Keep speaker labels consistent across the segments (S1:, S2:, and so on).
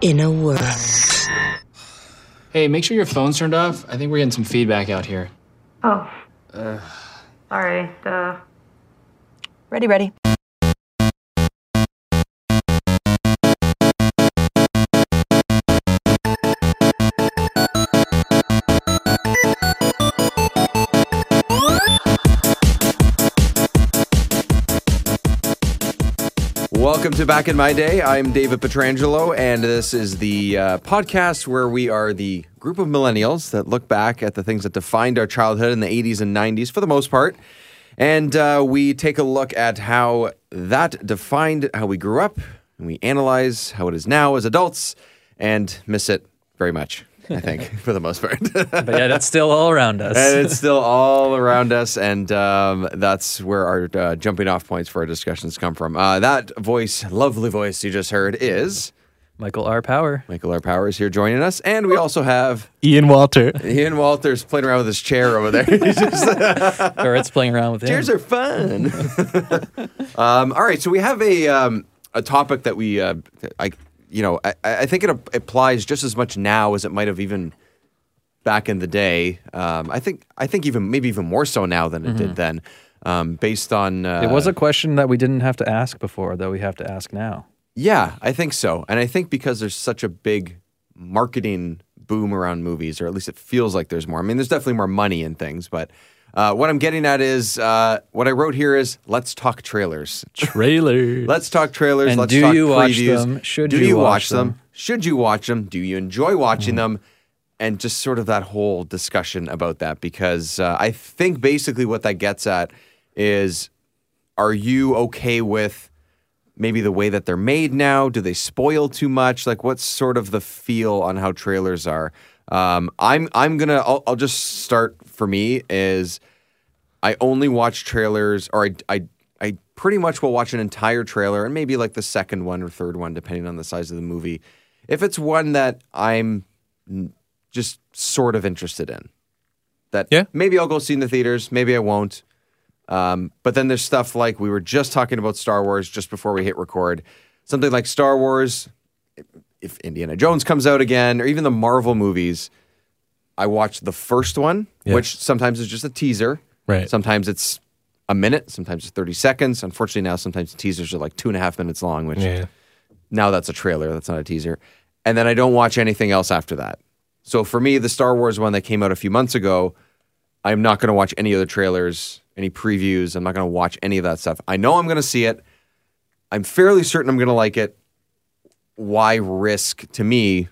S1: inner world.
S2: Hey, make sure your phone's turned off. I think we're getting some feedback out here.
S3: Oh. Sorry. The
S4: Ready, ready.
S5: Welcome to Back in My Day. I'm David Petrangelo, and this is the uh, podcast where we are the group of millennials that look back at the things that defined our childhood in the 80s and 90s for the most part. And uh, we take a look at how that defined how we grew up, and we analyze how it is now as adults and miss it very much, I think, for the most part.
S6: But yet it's still all around us.
S5: and it's still all around us, and um, that's where our uh, jumping off points for our discussions come from. Uh, that voice, lovely voice you just heard, is
S6: Michael R. Power.
S5: Michael R. Powers here joining us, and we also have
S7: Ian Walter.
S5: Ian Walters playing around with his chair over there. He's just,
S6: Or it's playing around with him.
S5: chairs are fun. um, all right, so we have a um, a topic that we, uh, I, you know, I, I think it ap- applies just as much now as it might have even back in the day. Um, I think I think even maybe even more so now than it did then, um, based on uh,
S6: it was a question that we didn't have to ask before that we have to ask now.
S5: yeah, I think so, and I think because there's such a big marketing boom around movies, or at least it feels like there's more. I mean, there's definitely more money in things, but. Uh, what I'm getting at is uh, what I wrote here is let's talk trailers.
S7: Trailer.
S5: Let's talk trailers.
S6: And
S5: let's
S6: do
S5: talk
S6: you watch
S5: previews.
S6: them? Should
S5: do
S6: you
S5: you watch,
S6: watch
S5: them? Hmm.
S6: them?
S5: Should you watch them? Do you enjoy watching them? And just sort of that whole discussion about that because uh, I think basically what that gets at is are you okay with maybe the way that they're made now? Do they spoil too much? Like, what's sort of the feel on how trailers are? Um, I'm I'm gonna I'll, I'll just start for me is I only watch trailers, or I, I, I pretty much will watch an entire trailer and maybe like the second one or third one, depending on the size of the movie, if it's one that I'm n- just sort of interested in. That
S7: Yeah.
S5: maybe I'll go see in the theaters, maybe I won't. Um, but then there's stuff like we were just talking about Star Wars just before we hit record. Something like Star Wars, if Indiana Jones comes out again, or even the Marvel movies, I watched the first one,
S7: Yeah.
S5: which sometimes is just a teaser.
S7: Right.
S5: Sometimes it's a minute, sometimes it's 30 seconds. Unfortunately, now sometimes the teasers are like two and a half minutes long, which
S7: Yeah.
S5: now that's a trailer, that's not a teaser. And then I don't watch anything else after that. So for me, the Star Wars one that came out a few months ago, I'm not going to watch any other trailers, any previews. I'm not going to watch any of that stuff. I know I'm going to see it. I'm fairly certain I'm going to like it. Why risk to me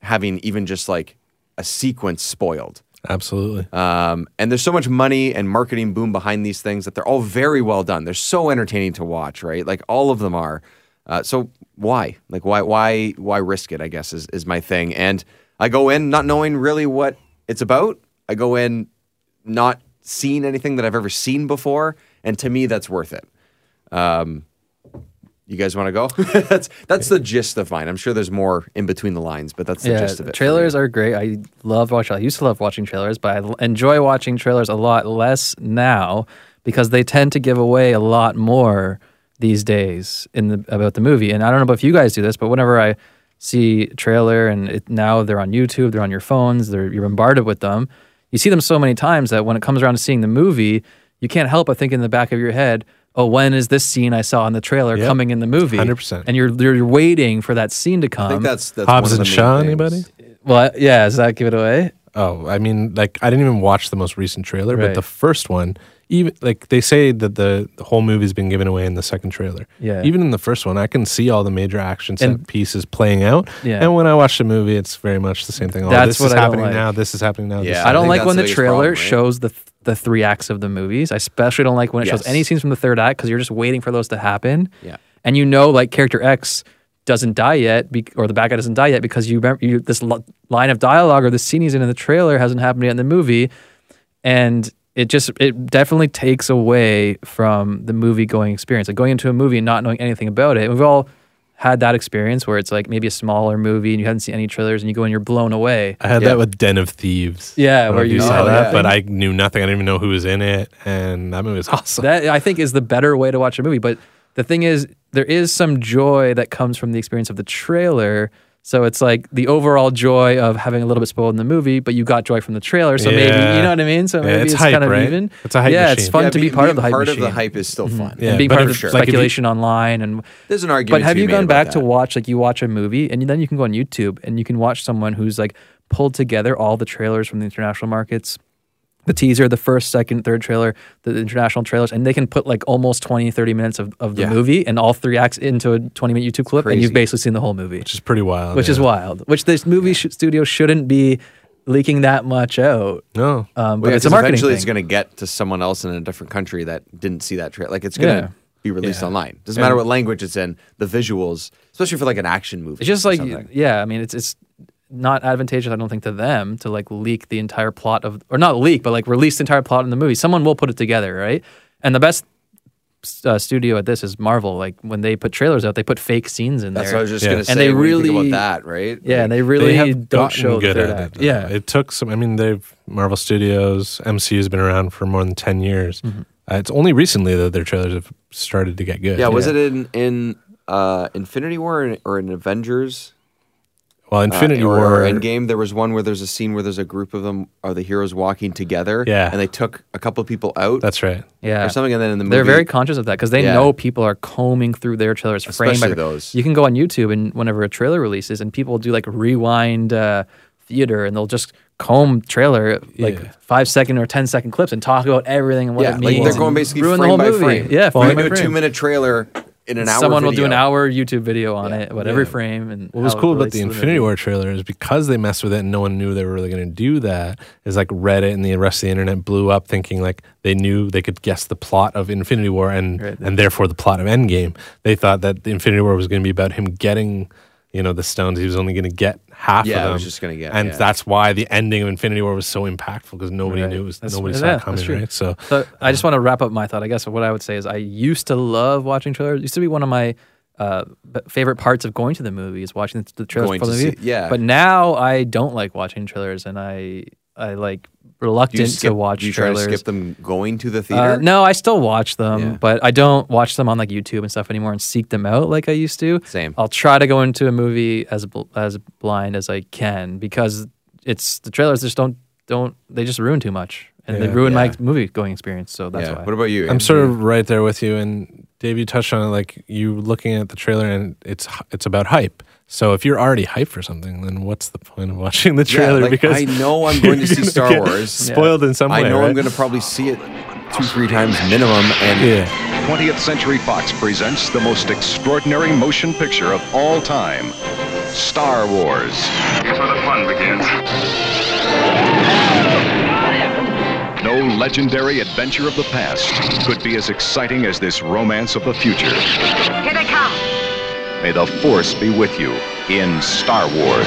S5: having even just like a sequence spoiled?
S7: Absolutely.
S5: Um, and there's so much money and marketing boom behind these things that they're all very well done. They're so entertaining to watch, right? Like all of them are. Uh, so why, like why, why, why risk it? I guess is is my thing. And I go in not knowing really what it's about. I go in not seeing anything that I've ever seen before, and to me, that's worth it. Um, you guys want to go? that's that's the gist of mine. I'm sure there's more in between the lines, but that's the
S6: yeah,
S5: gist of it. for
S6: trailers
S5: me.
S6: are great. I love watching. I used to love watching trailers, but I l- enjoy watching trailers a lot less now because they tend to give away a lot more these days in the about the movie. And I don't know if you guys do this, but whenever I see trailer and it, now they're on YouTube, they're on your phones, they're you're bombarded with them. You see them so many times that when it comes around to seeing the movie, you can't help but think in the back of your head, "Oh, when is this scene I saw in the trailer
S7: Yep.
S6: coming in the movie?"
S7: 100%.
S6: And you're you're waiting for that scene to come.
S5: I think that's that's
S7: Hobbs
S5: one of the
S7: and
S5: main
S7: Shaw,
S5: things.
S7: anybody?
S6: Well, yeah, does that give it away?
S7: Oh, I mean, like I didn't even watch the most recent trailer, but
S6: Right.
S7: the first one, even like they say that the, the whole movie's been given away in the second trailer.
S6: Yeah.
S7: Even in the first one, I can see all the major action set
S6: And-
S7: pieces playing out.
S6: Yeah.
S7: And when I watch the movie, it's very much the same thing. Oh,
S6: That's
S7: this is
S6: what I don't
S7: happening
S6: like.
S7: now. This is happening now. this
S5: Yeah,
S7: is
S6: I don't
S5: think
S6: like
S5: that's
S6: when
S5: the
S6: the
S5: biggest
S6: trailer
S5: problem, right?
S6: shows the the three acts of the movies. I especially don't like when it shows
S5: Yes.
S6: any scenes from the third act because you're just waiting for those to happen.
S5: Yeah.
S6: and you know, like character X doesn't die yet, be, or the bad guy doesn't die yet because you remember you, this lo- line of dialogue or the scene he's in in the trailer hasn't happened yet in the movie, and it just it definitely takes away from the movie going experience. Like going into a movie and not knowing anything about it. We've all had that experience where it's like maybe a smaller movie and you haven't seen any trailers and you go and you're blown away.
S7: I had
S5: Yeah.
S7: that with Den of Thieves.
S6: Yeah,
S7: I don't know
S6: where
S7: if
S6: you
S7: saw
S5: saw
S7: that,
S5: that.
S7: but I knew nothing. I didn't even know who was in it, and that movie was awesome.
S6: that I think is the better way to watch a movie. But the thing is, there is some joy that comes from the experience of the trailer. So it's like the overall joy of having a little bit spoiled in the movie, but you got joy from the trailer. So maybe
S7: Yeah.
S6: you know what I mean. So
S7: Yeah,
S6: maybe
S7: it's
S6: it's,
S7: hype,
S6: kind of
S7: right?
S6: even.
S7: It's a hype
S6: Yeah, it's
S7: machine.
S6: fun
S5: Yeah,
S6: to
S5: be-
S6: be part
S5: being
S6: of the hype
S5: part
S6: machine.
S5: of the hype is still fun.
S7: Mm-hmm. Yeah,
S6: and being
S7: but
S6: part of
S7: if-
S6: the
S7: sure. like, if you-
S6: speculation online and
S5: There's an argument.
S6: but have
S5: to be
S6: you
S5: made
S6: gone
S5: about
S6: back to
S5: that.
S6: watch like you watch a movie and then you can go on YouTube and you can watch someone who's like pulled together all the trailers from the international markets, the teaser, the first, second, third trailer, the international trailers, and they can put like almost 20, 30 minutes of, of the
S5: Yeah.
S6: movie and all three acts into a 20 minute YouTube clip and
S5: Crazy.
S6: you've basically seen the whole movie,
S7: which is pretty wild.
S6: which is
S7: yeah.
S6: wild, which this movie sh- studio shouldn't be leaking that much out.
S7: No.
S6: Um, but
S5: Well, yeah,
S6: it's a
S5: 'cause
S6: marketing
S5: Eventually, it's
S6: thing.
S5: going to get to someone else in a different country that didn't see that trailer. Like it's going to
S6: Yeah.
S5: be released
S7: Yeah.
S5: online. Doesn't matter what language it's in. The visuals, especially for like an action movie.
S6: It's just
S5: or
S6: like
S5: something.
S6: yeah, I mean it's it's not advantageous I don't think to them to like leak the entire plot of or not leak but like release the entire plot in the movie. Someone will put it together, right? And the best uh, studio at this is Marvel. Like when they put trailers out, they put fake scenes in
S5: that's
S6: there.
S5: what I was just
S7: Yeah.
S5: going
S7: And
S5: to say.
S6: they
S5: when you think
S6: really-
S5: about that, right?
S6: yeah,
S5: Like,
S6: and they really
S7: they have
S6: don't
S7: gotten
S6: show the
S7: good
S6: third
S7: at
S6: act.
S7: it.
S6: Yeah,
S7: it took some. I mean, they've Marvel Studios, MCU's been around for more than ten years. Uh, it's only recently that their trailers have started to get good.
S5: yeah. Was it in in uh, Infinity War or in, or in Avengers?
S7: Well,
S5: Uh,
S7: Infinity
S5: or,
S7: War
S5: or Endgame. There was one where there's a scene where there's a group of them, are the heroes walking together?
S7: Yeah.
S5: and they took a couple people out.
S7: That's right.
S6: yeah.
S5: or something, and then in the movie,
S6: They're very conscious of that because they
S5: Yeah.
S6: know people are combing through their trailers frame
S5: Especially
S6: by frame.
S5: those.
S6: You can go on YouTube and whenever a trailer releases, and people do like rewind uh, theater, and they'll just comb trailer like
S7: Yeah.
S6: five second or 10 second clips and talk about everything and what
S5: yeah,
S6: it
S5: like
S6: means.
S5: they're
S6: and
S5: going basically
S6: ruin
S5: frame
S6: the whole
S5: by
S6: movie.
S5: frame.
S6: Yeah,
S5: Well,
S6: frame
S5: they
S6: by
S5: do a
S6: frame.
S5: two minute trailer in an hour.
S6: Someone will do an
S5: video.
S6: hour YouTube video on it, about every frame. And
S7: What was
S6: how it
S7: cool about
S6: relates
S7: the
S6: to
S7: Infinity
S6: movie.
S7: War trailer is because they messed with it and no one knew they were really going to do that. Is like Reddit and the rest of the internet blew up thinking like they knew they could guess the plot of Infinity War and
S6: Right.
S7: and therefore the plot of Endgame. They thought that the Infinity War was going to be about him getting. You know the stones. He was only going to get half
S5: Yeah,
S7: of
S5: I
S7: them.
S5: was just gonna get-
S7: and
S5: yeah.
S7: that's why the ending of Infinity War was so impactful because nobody
S6: Right.
S7: knew. It was,
S6: That's-
S7: nobody saw
S6: yeah,
S7: it
S6: that's
S7: coming.
S6: true.
S7: Right. So
S6: So I just want to wrap up my thought. I guess what I would say is I used to love watching trailers. It used to be one of my uh, b- favorite parts of going to the movies, watching the, the trailers
S5: Going
S6: for the
S5: to see-
S6: movie.
S5: yeah.
S6: But now I don't like watching trailers, and I I like
S5: Do you
S6: reluctant
S5: skip,
S6: to watch
S5: do you
S6: trailers.
S5: Try to skip them going to the theater.
S6: Uh, no, I still watch them,
S5: Yeah.
S6: but I don't watch them on like YouTube and stuff anymore and seek them out like I used to.
S5: Same.
S6: I'll try to go into a movie as bl- as blind as I can because it's the trailers just don't don't they just ruin too much and they
S7: Yeah.
S6: ruin
S5: Yeah.
S6: my movie going experience. So that's
S5: yeah.
S6: why.
S5: What about you?
S7: I'm sort of right there with you. And Dave, you touched on it, like you looking at the trailer, and it's h- it's about hype. So if you're already hyped for something, then what's the point of watching the
S5: Yeah,
S7: trailer?
S5: like,
S7: because
S5: I know I'm going to see
S7: you're gonna
S5: Star
S7: get
S5: Wars.
S7: spoiled in some way.
S5: I know I'm
S7: right?
S5: going to probably see it two, three times minimum, and
S7: Yeah,
S1: 20th Century Fox presents the most extraordinary motion picture of all time Star Wars.
S8: Here's where the fun begins.
S1: No legendary adventure of the past could be as exciting as this romance of the future.
S3: Here they come.
S1: May the Force be with you in Star Wars.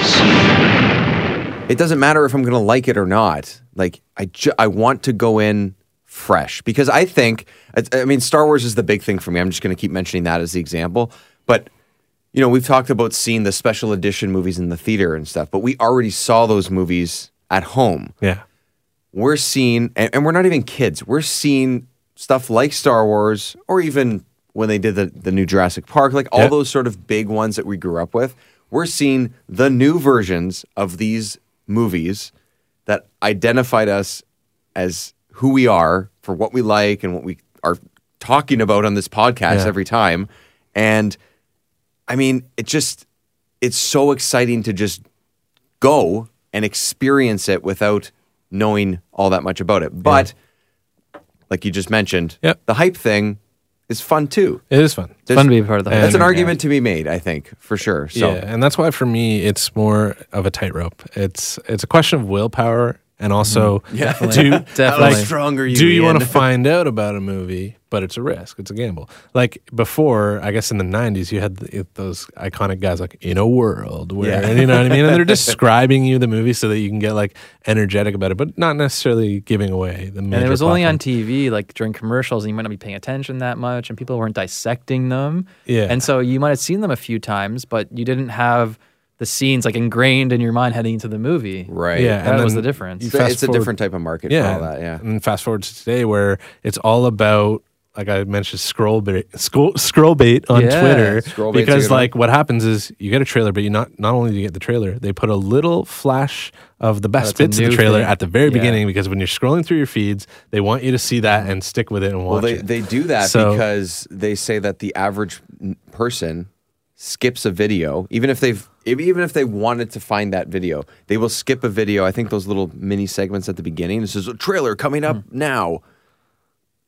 S5: it doesn't matter if I'm going to like it or not. Like I, ju- I want to go in fresh because I think it's- I mean Star Wars is the big thing for me. I'm just going to keep mentioning that as the example, but you know, we've talked about seeing the special edition movies in the theater and stuff, but we already saw those movies at home.
S7: yeah.
S5: We're seeing and, and we're not even kids. We're seeing stuff like Star Wars or even when they did the, the new Jurassic Park, like all
S7: Yeah.
S5: those sort of big ones that we grew up with. We're seeing the new versions of these movies that identified us as who we are for what we like and what we are talking about on this podcast
S7: Yeah.
S5: every time. And I mean, it just it's so exciting to just go and experience it without knowing all that much about it. But like you just mentioned,
S7: Yep.
S5: the hype thing is fun too.
S7: It is fun.
S5: There's-
S6: fun to be part of the.
S5: That's an
S6: hype,
S5: argument to be made, I think, for sure. So
S7: Yeah, and that's why for me it's more of a tightrope. It's it's a question of willpower and also do
S6: Mm-hmm. Definitely.
S7: like,
S6: How
S5: strong are you,
S7: Do you want to
S5: Ian?
S7: find out about a movie? But it's a risk. It's a gamble. Like before, I guess in the '90s, you had the, those iconic guys like in a world where
S5: Yeah.
S7: and you know what I mean, and they're describing you the movie so that you can get like energetic about it, but not necessarily giving away the.
S6: And
S7: major
S6: it was
S7: plot
S6: only on
S7: point.
S6: TV, like during commercials, and you might not be paying attention that much, and people weren't dissecting them.
S7: Yeah.
S6: And so you might have seen them a few times, but you didn't have the scenes like ingrained in your mind heading into the movie.
S5: right.
S7: Yeah,
S6: That
S7: and
S6: was the
S7: then
S6: difference.
S7: you
S5: So
S7: fast
S5: it's a
S7: forward-
S5: different type of market for all that. Yeah.
S7: And fast forward to today where it's all about like I mentioned, scroll bait, scroll, scroll bait on
S6: Yeah.
S7: Twitter
S5: Scroll bait's a
S7: because
S5: good one.
S7: like what happens is you get a trailer, but you not not only do you get the trailer, they put a little flash of the best
S6: That's a
S7: bits of the
S6: new
S7: trailer
S6: thing.
S7: at the very
S6: Yeah.
S7: beginning because when you're scrolling through your feeds, they want you to see that and stick with it and
S5: Well,
S7: watch
S5: they,
S7: it.
S5: they do that
S7: So-
S5: because they say that the average n- person skips a video, even if they've if- even if they wanted to find that video, they will skip a video. I think those little mini segments at the beginning. This is a trailer coming up
S7: Hmm.
S5: now.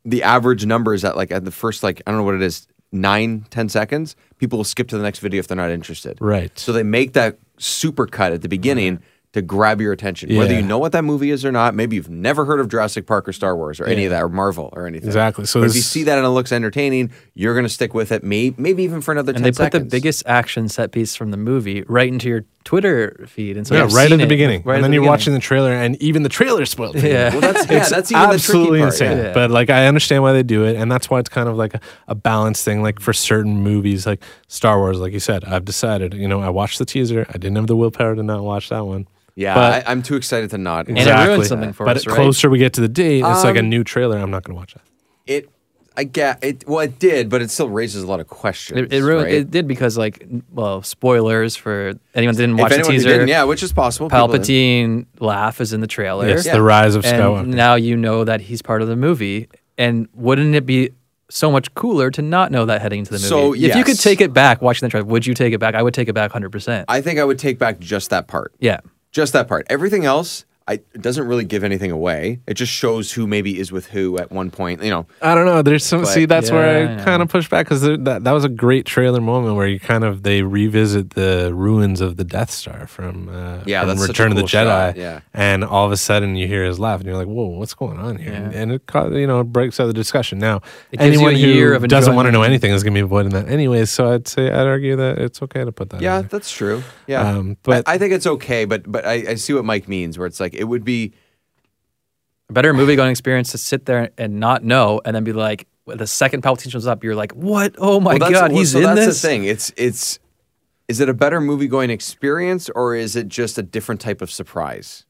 S5: The average number is at like at the first like I don't know what it is nine ten seconds. People will skip to the next video if they're not interested.
S7: Right.
S5: So they make that super cut at the beginning. To grab your attention, whether
S7: Yeah.
S5: you know what that movie is or not, maybe you've never heard of Jurassic Park or Star Wars or any of that or Marvel or anything.
S7: Exactly. So
S5: But if
S7: this-
S5: you see that and it looks entertaining, you're going to stick with it. Maybe, maybe even for another. 10
S6: and they put the
S5: seconds.
S6: biggest action set piece from the movie right into your Twitter feed, and so
S7: yeah,
S6: you've
S7: right
S6: seen
S7: at the
S6: it
S7: beginning,
S6: right at
S7: and then
S6: the
S7: you're
S6: beginning.
S7: watching the trailer, and even the trailer spoiled. it.
S6: Yeah.
S5: Well, that's yeah, that's even
S7: absolutely
S5: the tricky part,
S7: insane.
S5: yeah.
S7: But like, I understand why they do it, and that's why it's kind of like a, a balance thing. Like for certain movies, like Star Wars, like you said, I've decided. You know, I watched the teaser. I didn't have the willpower to not watch that one.
S5: Yeah,
S7: But-
S5: I, I'm too excited to not.
S6: And it ruins something for
S7: but
S6: us,
S7: the
S6: right?
S7: closer we get to the date, it's like a
S5: Um,
S7: new trailer. I'm not going to watch that.
S5: it, I get it. Well, it did, but it still raises a lot of questions.
S6: It, it ruined.
S5: right?
S6: It did because like, n- well, spoilers for anyone that didn't
S5: If
S6: watch the
S5: anyone who
S6: teaser.
S5: didn't, yeah, which is possible. people did.
S6: Palpatine laugh is in the trailer.
S7: It's the rise of
S6: and
S7: Skywalker.
S6: now you know that he's part of the movie. And wouldn't it be so much cooler to not know that heading into the movie?
S5: So,
S6: if you could
S5: yes.
S6: take it back watching the trailer, would you take it back? I would take it back hundred percent.
S5: I think I would take back just that part.
S6: Yeah.
S5: just that part. Everything else, I it doesn't really give anything away. It just shows who maybe is with who at one point. You know,
S7: I don't know. There's some.
S5: But-
S7: see, that's where
S6: Yeah,
S7: I,
S6: I know.
S7: kind of push back because that that was a great trailer moment where you kind of they revisit the ruins of the Death Star from uh,
S5: Yeah,
S7: from
S5: that's such a
S7: Return
S5: cool
S7: of the Jedi.
S5: shot, yeah.
S7: and all of a sudden you hear his laugh and you're like, whoa, what's going on here? And, and it caught, you know it breaks out the discussion. Now
S6: It gives you
S7: anyone
S6: a
S7: who
S6: year of
S7: doesn't want to know
S6: enjoyment.
S7: anything is going to be avoiding that anyways. So I'd say I'd argue that it's okay to put that. in
S5: Yeah,
S7: there.
S5: that's true. Yeah,
S7: Um, but-
S5: but I, I think it's okay. But but I, I see what Mike means, where it's like it would be.
S6: A better movie going experience to sit there and not know and then be like the second Palpatine shows up, you're like, What? Oh my
S5: Well, that's-
S6: god,
S5: well,
S6: he's
S5: so
S6: in
S5: that's
S6: this.
S5: the thing. It's it's is it a better movie going experience or is it just a different type of surprise?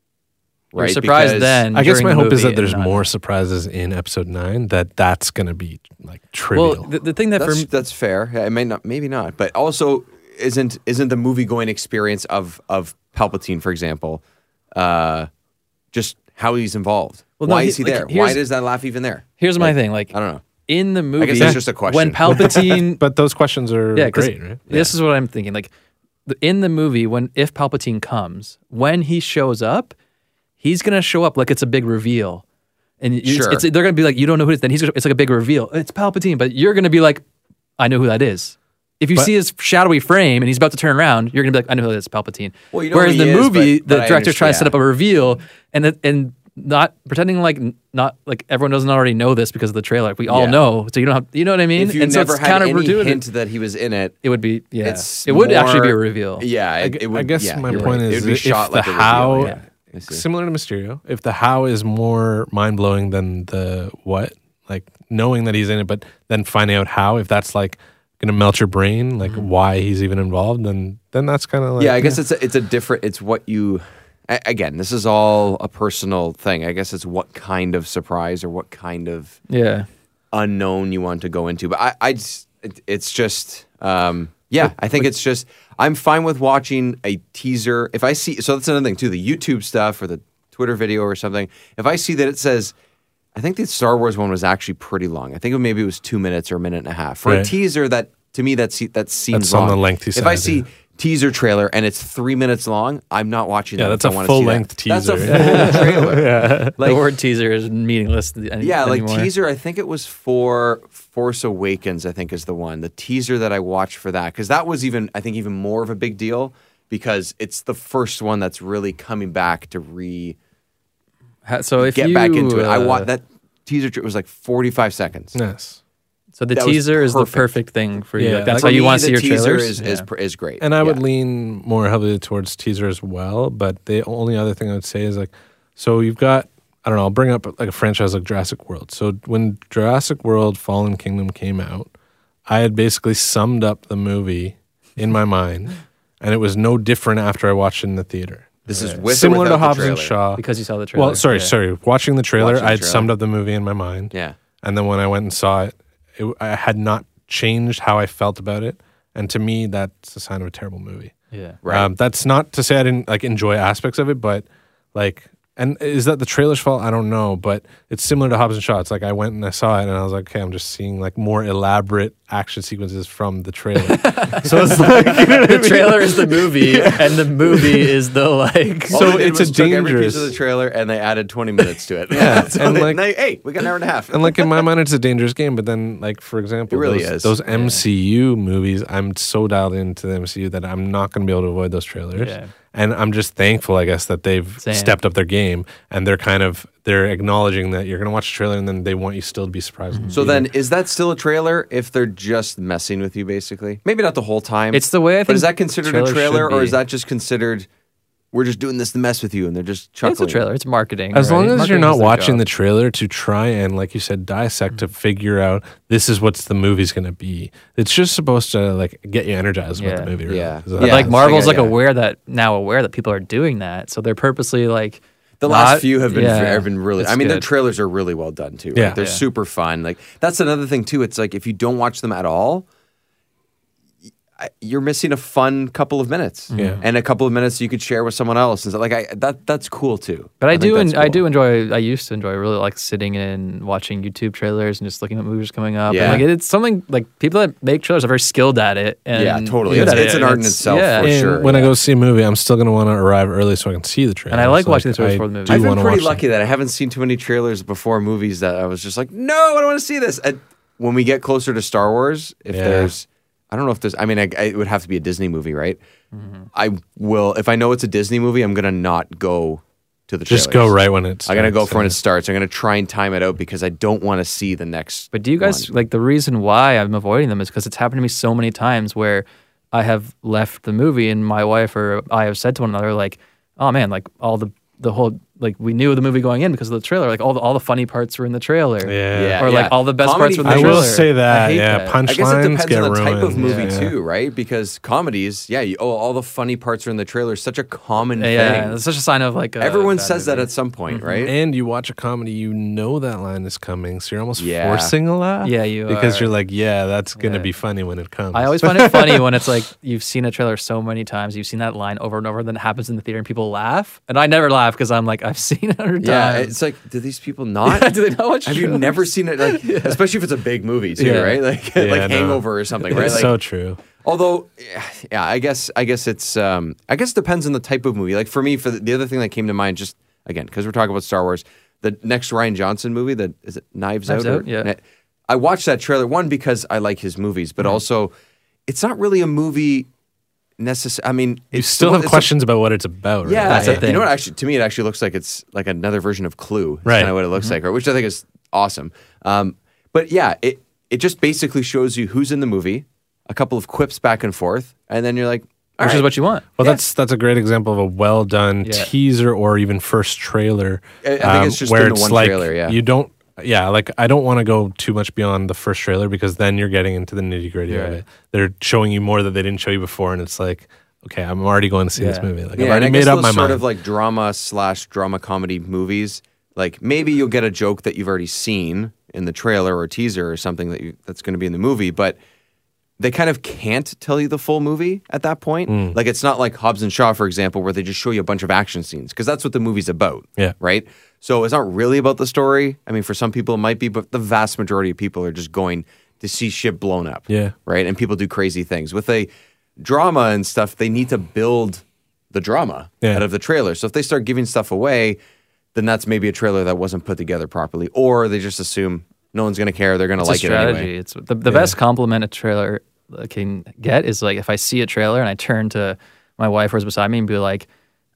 S6: You're surprised
S5: Because-
S6: then.
S7: I guess
S6: during
S7: my
S6: the
S7: hope is
S6: movie
S7: that there's
S6: and uh, not-
S7: more surprises in Episode Nine. That that's going to be like trivial.
S6: Well, the, the thing that for
S5: That's,
S6: me,
S5: that's fair. Yeah, It may not, maybe not, but also isn't isn't the movie going experience of of Palpatine, for example, uh, just how he's involved?
S6: Well, no,
S5: Why
S6: he-
S5: is he
S6: like,
S5: there? Why
S6: here's-
S5: does that laugh even there?
S6: here's my thing, like
S5: I don't know.
S6: in the movie,
S5: that's just a
S6: When
S5: question.
S6: Palpatine
S7: but those questions are
S6: yeah, 'cause
S7: great, right?
S6: This is what I'm thinking. Like the- in the movie, when if Palpatine comes, when he shows up, he's gonna show up like it's a big reveal, and it's,
S5: Sure.
S6: it's, they're gonna be like, you don't know who it is. Then he's gonna, it's like a big reveal. It's Palpatine, but you're gonna be like, I know who that is. If you see his shadowy frame and he's about to turn around, you're gonna be like, I know who that is, Palpatine.
S5: Well, you know
S6: Whereas
S5: who
S6: the
S5: he is,
S6: movie,
S5: but- but
S6: the
S5: I
S6: director
S5: underst-
S6: tries to set
S5: yeah.
S6: up a reveal and it- and not pretending like n- not like everyone doesn't already know this because of the trailer. We all
S5: Yeah.
S6: know, so you don't have you know what I mean.
S5: If you
S6: and so
S5: never
S6: it's
S5: had any
S6: counterintuitive
S5: hint that he was in it,
S6: it would be yeah.
S5: it's
S6: it would
S5: more-
S6: actually be a reveal.
S5: Yeah,
S7: I,
S5: it,
S7: gu-
S5: it would,
S7: I guess
S5: yeah,
S7: my
S5: you're
S7: point
S5: right.
S7: is
S5: it would be
S7: if
S5: shot
S7: the
S5: like a reveal,
S7: how,
S5: yeah. I see.
S7: similar to Mysterio, if the how is more mind blowing than the what, like knowing that he's in it, but then finding out how, if that's like going to melt your brain, like why he's even involved, then then that's kind of like
S5: Mm-hmm. yeah, I guess it's a, it's a different. It's what you. a- Again, this is all a personal thing. I guess it's what kind of surprise or what kind of
S6: Yeah.
S5: unknown you want to go into. But I, I just, it, it's just, um, yeah, I think it's just. I'm fine with watching a teaser if I see. So that's another thing too. The YouTube stuff or the Twitter video or something. If I see that it says. I think the Star Wars one was actually pretty long. I think it maybe it was two minutes or a minute and a half for a
S7: Right.
S5: teaser. That to me, that se- that seems
S7: That's on
S5: long.
S7: the lengthy
S5: If I
S7: side,
S5: see
S7: yeah.
S5: teaser trailer and it's three minutes long, I'm not watching.
S7: Yeah,
S5: that
S7: that's
S5: if
S7: a
S5: I wanna see
S7: full-length
S5: that. That's a
S7: teaser.
S5: full trailer. Like-
S6: the word teaser is meaningless. Any,
S5: yeah, like
S6: anymore.
S5: teaser. I think it was for Force Awakens. I think is the one the teaser that I watched for that because that was even I think even more of a big deal because it's the first one that's really coming back to re
S6: Ha- So if
S5: get
S6: you,
S5: back into it. I
S6: uh,
S5: want that teaser. tr- It was like forty five seconds.
S7: yes.
S6: So the
S5: that was
S6: teaser is the
S5: perfect.
S6: perfect thing for you.
S7: Yeah,
S6: Like, that's
S7: like
S6: how you
S5: me,
S6: want to see
S5: the
S6: your
S5: teaser
S6: trailers.
S5: Is, is, pr- is great,
S7: And I would
S5: Yeah.
S7: lean more heavily towards teaser as well. But the only other thing I would say is like, so you've got, I don't know, I'll bring up like a franchise like Jurassic World. So when Jurassic World Fallen Kingdom came out, I had basically summed up the movie in my mind. And it was no different after I watched it in the theater.
S5: This is with or
S7: Similar to
S5: without the
S7: Hobbs and
S5: trailer.
S7: Shaw.
S6: Because you saw the trailer,
S7: Well, sorry,
S6: yeah.
S7: sorry. Watching the trailer,
S5: Watching the
S7: I had
S5: trailer.
S7: summed up the movie in my mind.
S5: Yeah.
S7: And then when I went and saw it, It, I had not changed how I felt about it, and to me, that's a sign of a terrible movie.
S6: Yeah.
S5: Right.
S7: Um, that's not to say I didn't like enjoy aspects of it, but like, and is that the trailer's fault? I don't know, but it's similar to Hobbs and Shaw. It's like I went and I saw it, and I was like, okay, I'm just seeing like more elaborate action sequences from the trailer. so it's like you know what I
S6: The
S7: mean?
S6: trailer is the movie, and the movie is the like.
S5: All
S7: So
S5: they did
S7: it's a
S5: was Oh, took Every piece of the
S7: dangerous-
S5: trailer, and they added 20 minutes to it. yeah,
S7: and like-
S5: hey, we got an hour and a half.
S7: and like in my mind, it's a dangerous game. But then, like for example,
S5: It really is.
S7: those, those MCU movies, I'm so dialed into the MCU that I'm not going to be able to avoid those trailers.
S6: Yeah.
S7: And I'm just thankful, I guess, that they've
S6: Same.
S7: stepped up their game and they're kind of they're acknowledging that you're going to watch a trailer and then they want you still to be surprised.
S6: Mm-hmm.
S5: so then, is that still a trailer if they're just messing with you, basically? Maybe not the whole time.
S6: It's the way I
S5: But is
S6: think
S5: that considered
S6: trailers
S5: a trailer,
S6: should
S5: or
S6: be.
S5: is that just considered we're just doing this to mess with you, and they're just chuckling?
S6: It's a trailer. It's marketing.
S7: As
S6: right? uh,
S7: long as
S6: Marketing
S7: you're not
S6: is their
S7: watching
S6: job.
S7: the trailer to try and, like you said, dissect
S6: Mm-hmm.
S7: to figure out this is what's the movie's going to be. It's just supposed to like get you energized about
S6: Yeah.
S7: the movie. Really.
S5: Yeah.
S7: Is that-
S5: Yeah.
S6: like
S5: it's
S6: Marvel's
S5: like
S6: like
S5: a- yeah.
S6: aware that now aware that people are doing that, so they're purposely like
S5: The last
S6: not-
S5: few have been
S6: yeah,
S5: have been really. I
S6: it's
S5: mean, their
S6: good.
S5: trailers are really well done too. right?
S7: Yeah.
S5: they're
S7: Yeah.
S5: super fun. Like that's another thing too. It's like if you don't watch them at all, y- I- you're missing a fun couple of minutes.
S7: Yeah.
S5: and a couple of minutes you could share with someone else. And so, like I that that's cool too.
S6: But I,
S5: think
S6: do,
S5: that's
S6: and I
S5: cool.
S6: do enjoy. I used to enjoy really like sitting in watching YouTube trailers and just looking at movies coming up.
S5: Yeah.
S6: And, like it, it's something like people that make trailers are very skilled at it. And
S5: Yeah, totally.
S6: good
S5: It's-
S6: at
S5: it's
S6: it,
S5: an art
S6: and
S5: in itself,
S6: Yeah.
S5: for
S7: And
S5: sure.
S7: when I
S5: yeah.
S7: go see a movie, I'm still going to want to arrive early so I can see the trailer.
S6: I like watching the trailers
S7: trailers
S6: before the movie.
S7: I
S5: I've
S7: do
S5: been
S7: want to
S5: pretty
S7: watch
S5: lucky that I haven't seen too many trailers before movies that I was just like, no, I don't want to see this. And when we get closer to Star Wars, if
S7: Yeah.
S5: there's, I don't know if there's, I mean, I, I- it would have to be a Disney movie, right?
S7: Mm-hmm.
S5: I will, if I know it's a Disney movie, I'm going to not go to the
S7: Just
S5: trailers.
S7: go right when it's.
S5: I'm going to go for when it starts. I'm going to try and time it out because I don't want to see the next.
S6: But do you guys like the reason why I'm avoiding them is because it's happened to me so many times where I have left the movie and my wife or I have said to one another like, "Oh man, like all the the whole like we knew the movie going in because of the trailer. Like all the all the funny parts were in the trailer.
S7: Yeah.
S5: Yeah,
S6: or like
S5: yeah.
S6: all the best
S5: Comedy
S6: parts were in the
S7: I
S6: trailer.
S7: will say that.
S6: I hate
S7: yeah,
S6: that.
S5: I
S7: punchlines
S5: guess it depends
S7: get
S5: on the
S7: ruined.
S5: type of movie
S7: yeah.
S5: too, right? Because comedies, yeah, you, oh, all the funny parts are in the trailer. is Such a common
S6: Yeah,
S5: thing.
S6: it's such a sign of like a
S5: Everyone
S6: bad
S5: says that
S6: movie.
S5: at some point, right?
S7: And you watch a comedy, you know that line is coming, so you're almost
S5: Yeah.
S7: forcing a laugh.
S6: Yeah, you
S7: because
S6: are.
S7: you're like, yeah, that's gonna
S6: Yeah.
S7: be funny when it comes.
S6: I always find it funny when it's like you've seen a trailer so many times, you've seen that line over and over, then it happens in the theater and people laugh, and I never laugh because I'm like I've seen it a hundred
S5: Yeah,
S6: times.
S5: it's like, do these people not?
S6: Um, do they not watch
S5: Have you
S6: trailers?
S5: never seen it? Like, especially if it's a big movie, too,
S6: Yeah.
S5: right? Like,
S7: Yeah,
S5: like
S7: no.
S5: Hangover or something, right?
S7: It's
S5: Like,
S7: so true.
S5: although, yeah, yeah, I guess, I guess it's, um, I guess it depends on the type of movie. Like for me, for the, the other thing that came to mind, just again, because we're talking about Star Wars, the next Ryan Johnson movie, that is it, Knives,
S6: Knives
S5: Out.
S6: Out, yeah.
S5: I watched that trailer one because I like his movies, but also, it's not really a movie. Necessary. I mean,
S7: You
S5: it's
S7: still
S5: the-
S7: have
S5: it's a-
S7: questions about what it's about. Right?
S5: yeah,
S6: That's the
S5: it- You know
S6: thing.
S5: what? Actually, to me, it actually looks like it's like another version of Clue. That's
S7: Right.
S5: Kind of what it
S6: Mm-hmm.
S5: looks like, right? Which I think is awesome. Um, but yeah, it it just basically shows you who's in the movie, a couple of quips back and forth, and then you're like,
S6: which is what you want.
S7: Well, that's that's a great example of a well done
S6: Yeah.
S7: teaser or even first trailer. Um,
S5: I- I think it's just
S7: where
S5: been the
S7: it's
S5: one
S7: like
S5: trailer, yeah.
S7: you don't. Yeah, like I don't want to go too much beyond the first trailer because then you're getting into the nitty gritty of
S6: Yeah.
S7: it. They're showing you more that they didn't show you before, and it's like, okay, I'm already going to see this
S6: Yeah.
S7: movie. Like
S5: Yeah,
S7: I've
S5: and I
S7: already
S5: guess
S7: made up
S5: those
S7: my
S5: sort
S7: mind.
S5: of like drama slash drama comedy movies. Like maybe you'll get a joke that you've already seen in the trailer or teaser or something that you, that's going to be in the movie, but they kind of can't tell you the full movie at that point.
S7: Hmm.
S5: Like it's not like Hobbs and Shaw, for example, where they just show you a bunch of action scenes because that's what the movie's about.
S7: Yeah.
S5: Right. So it's not really about the story. I mean, for some people it might be, but the vast majority of people are just going to see shit blown up
S7: Yeah.
S5: right? And people do crazy things. With a drama and stuff, they need to build the drama
S7: Yeah.
S5: out of the trailer. So if they start giving stuff away, then that's maybe a trailer that wasn't put together properly, or they just assume no one's going to care. They're going to
S6: It's
S5: like
S6: a
S5: it
S6: strategy.
S5: anyway.
S6: It's the, the best compliment a trailer uh, can get is like if I see a trailer and I turn to my wife who's beside me and be like,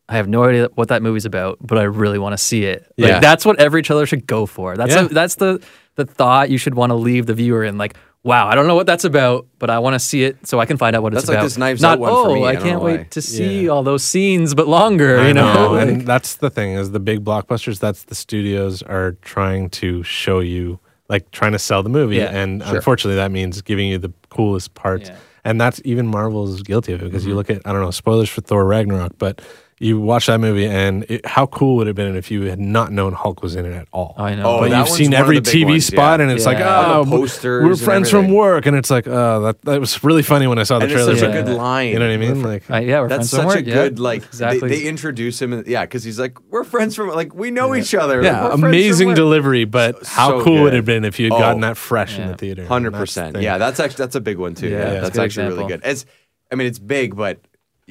S6: I have no idea what that movie's about, but I really want to see it. Like,
S5: Yeah.
S6: that's what every trailer should go for. That's
S7: Yeah.
S6: a, that's the the thought you should want to leave the viewer in. Like, wow, I don't know what that's about, but I want to see it so I can find out what
S5: That's
S6: it's
S5: like
S6: about.
S5: this Knives
S6: Not
S5: Out one
S6: oh,
S5: for me. I
S6: I
S5: don't
S6: can't
S5: know why."
S6: wait to see
S7: Yeah.
S6: all those scenes, but longer.
S7: I
S6: you know,
S7: know,
S6: Like-
S7: and that's the thing is the big blockbusters. That's the studios are trying to show you, like trying to sell the movie,
S6: Yeah,
S7: and unfortunately, that means giving you the coolest parts.
S6: Yeah. Mm-hmm.
S7: And that's even Marvel's guilty of it because you look at I don't know spoilers for Thor Ragnarok, but you watch that movie, and it, how cool would it have been if you had not known Hulk was in it at all?
S6: I know.
S5: Oh,
S7: But
S5: that
S7: you've
S5: one's
S7: seen
S5: one of
S7: every
S5: the big
S7: TV
S5: ones,
S7: spot,
S5: yeah.
S7: and it's
S6: Yeah.
S7: like,
S6: On
S5: the
S7: oh, w-
S5: posters
S7: we're
S5: and
S7: friends from
S5: everything."
S7: work, and it's like, oh, that, that was really funny when I saw the
S5: And it's
S7: trailer.
S5: such
S7: for
S5: a good
S7: that.
S5: line.
S7: You know what I mean? Like,
S6: I, yeah, we're
S5: That's
S6: friends from
S5: such a
S6: work, yeah.
S5: good like.
S6: exactly.
S5: They, they introduce him, and, yeah, because he's like, we're friends from like we know each other.
S7: yeah,
S5: like, we're friends from
S7: amazing
S5: work."
S7: delivery, but how
S5: so
S7: cool would
S5: good.
S7: it have been if you had
S5: Oh.
S7: gotten that fresh in
S6: Yeah.
S7: the theater?
S5: Hundred
S7: That's the
S5: percent.
S7: thing.
S5: Yeah, that's actually that's a big one too.
S7: Yeah,
S5: Yeah,
S7: it's a
S5: that's
S6: good
S5: actually really
S6: example.
S5: good. It's, I mean, it's big, but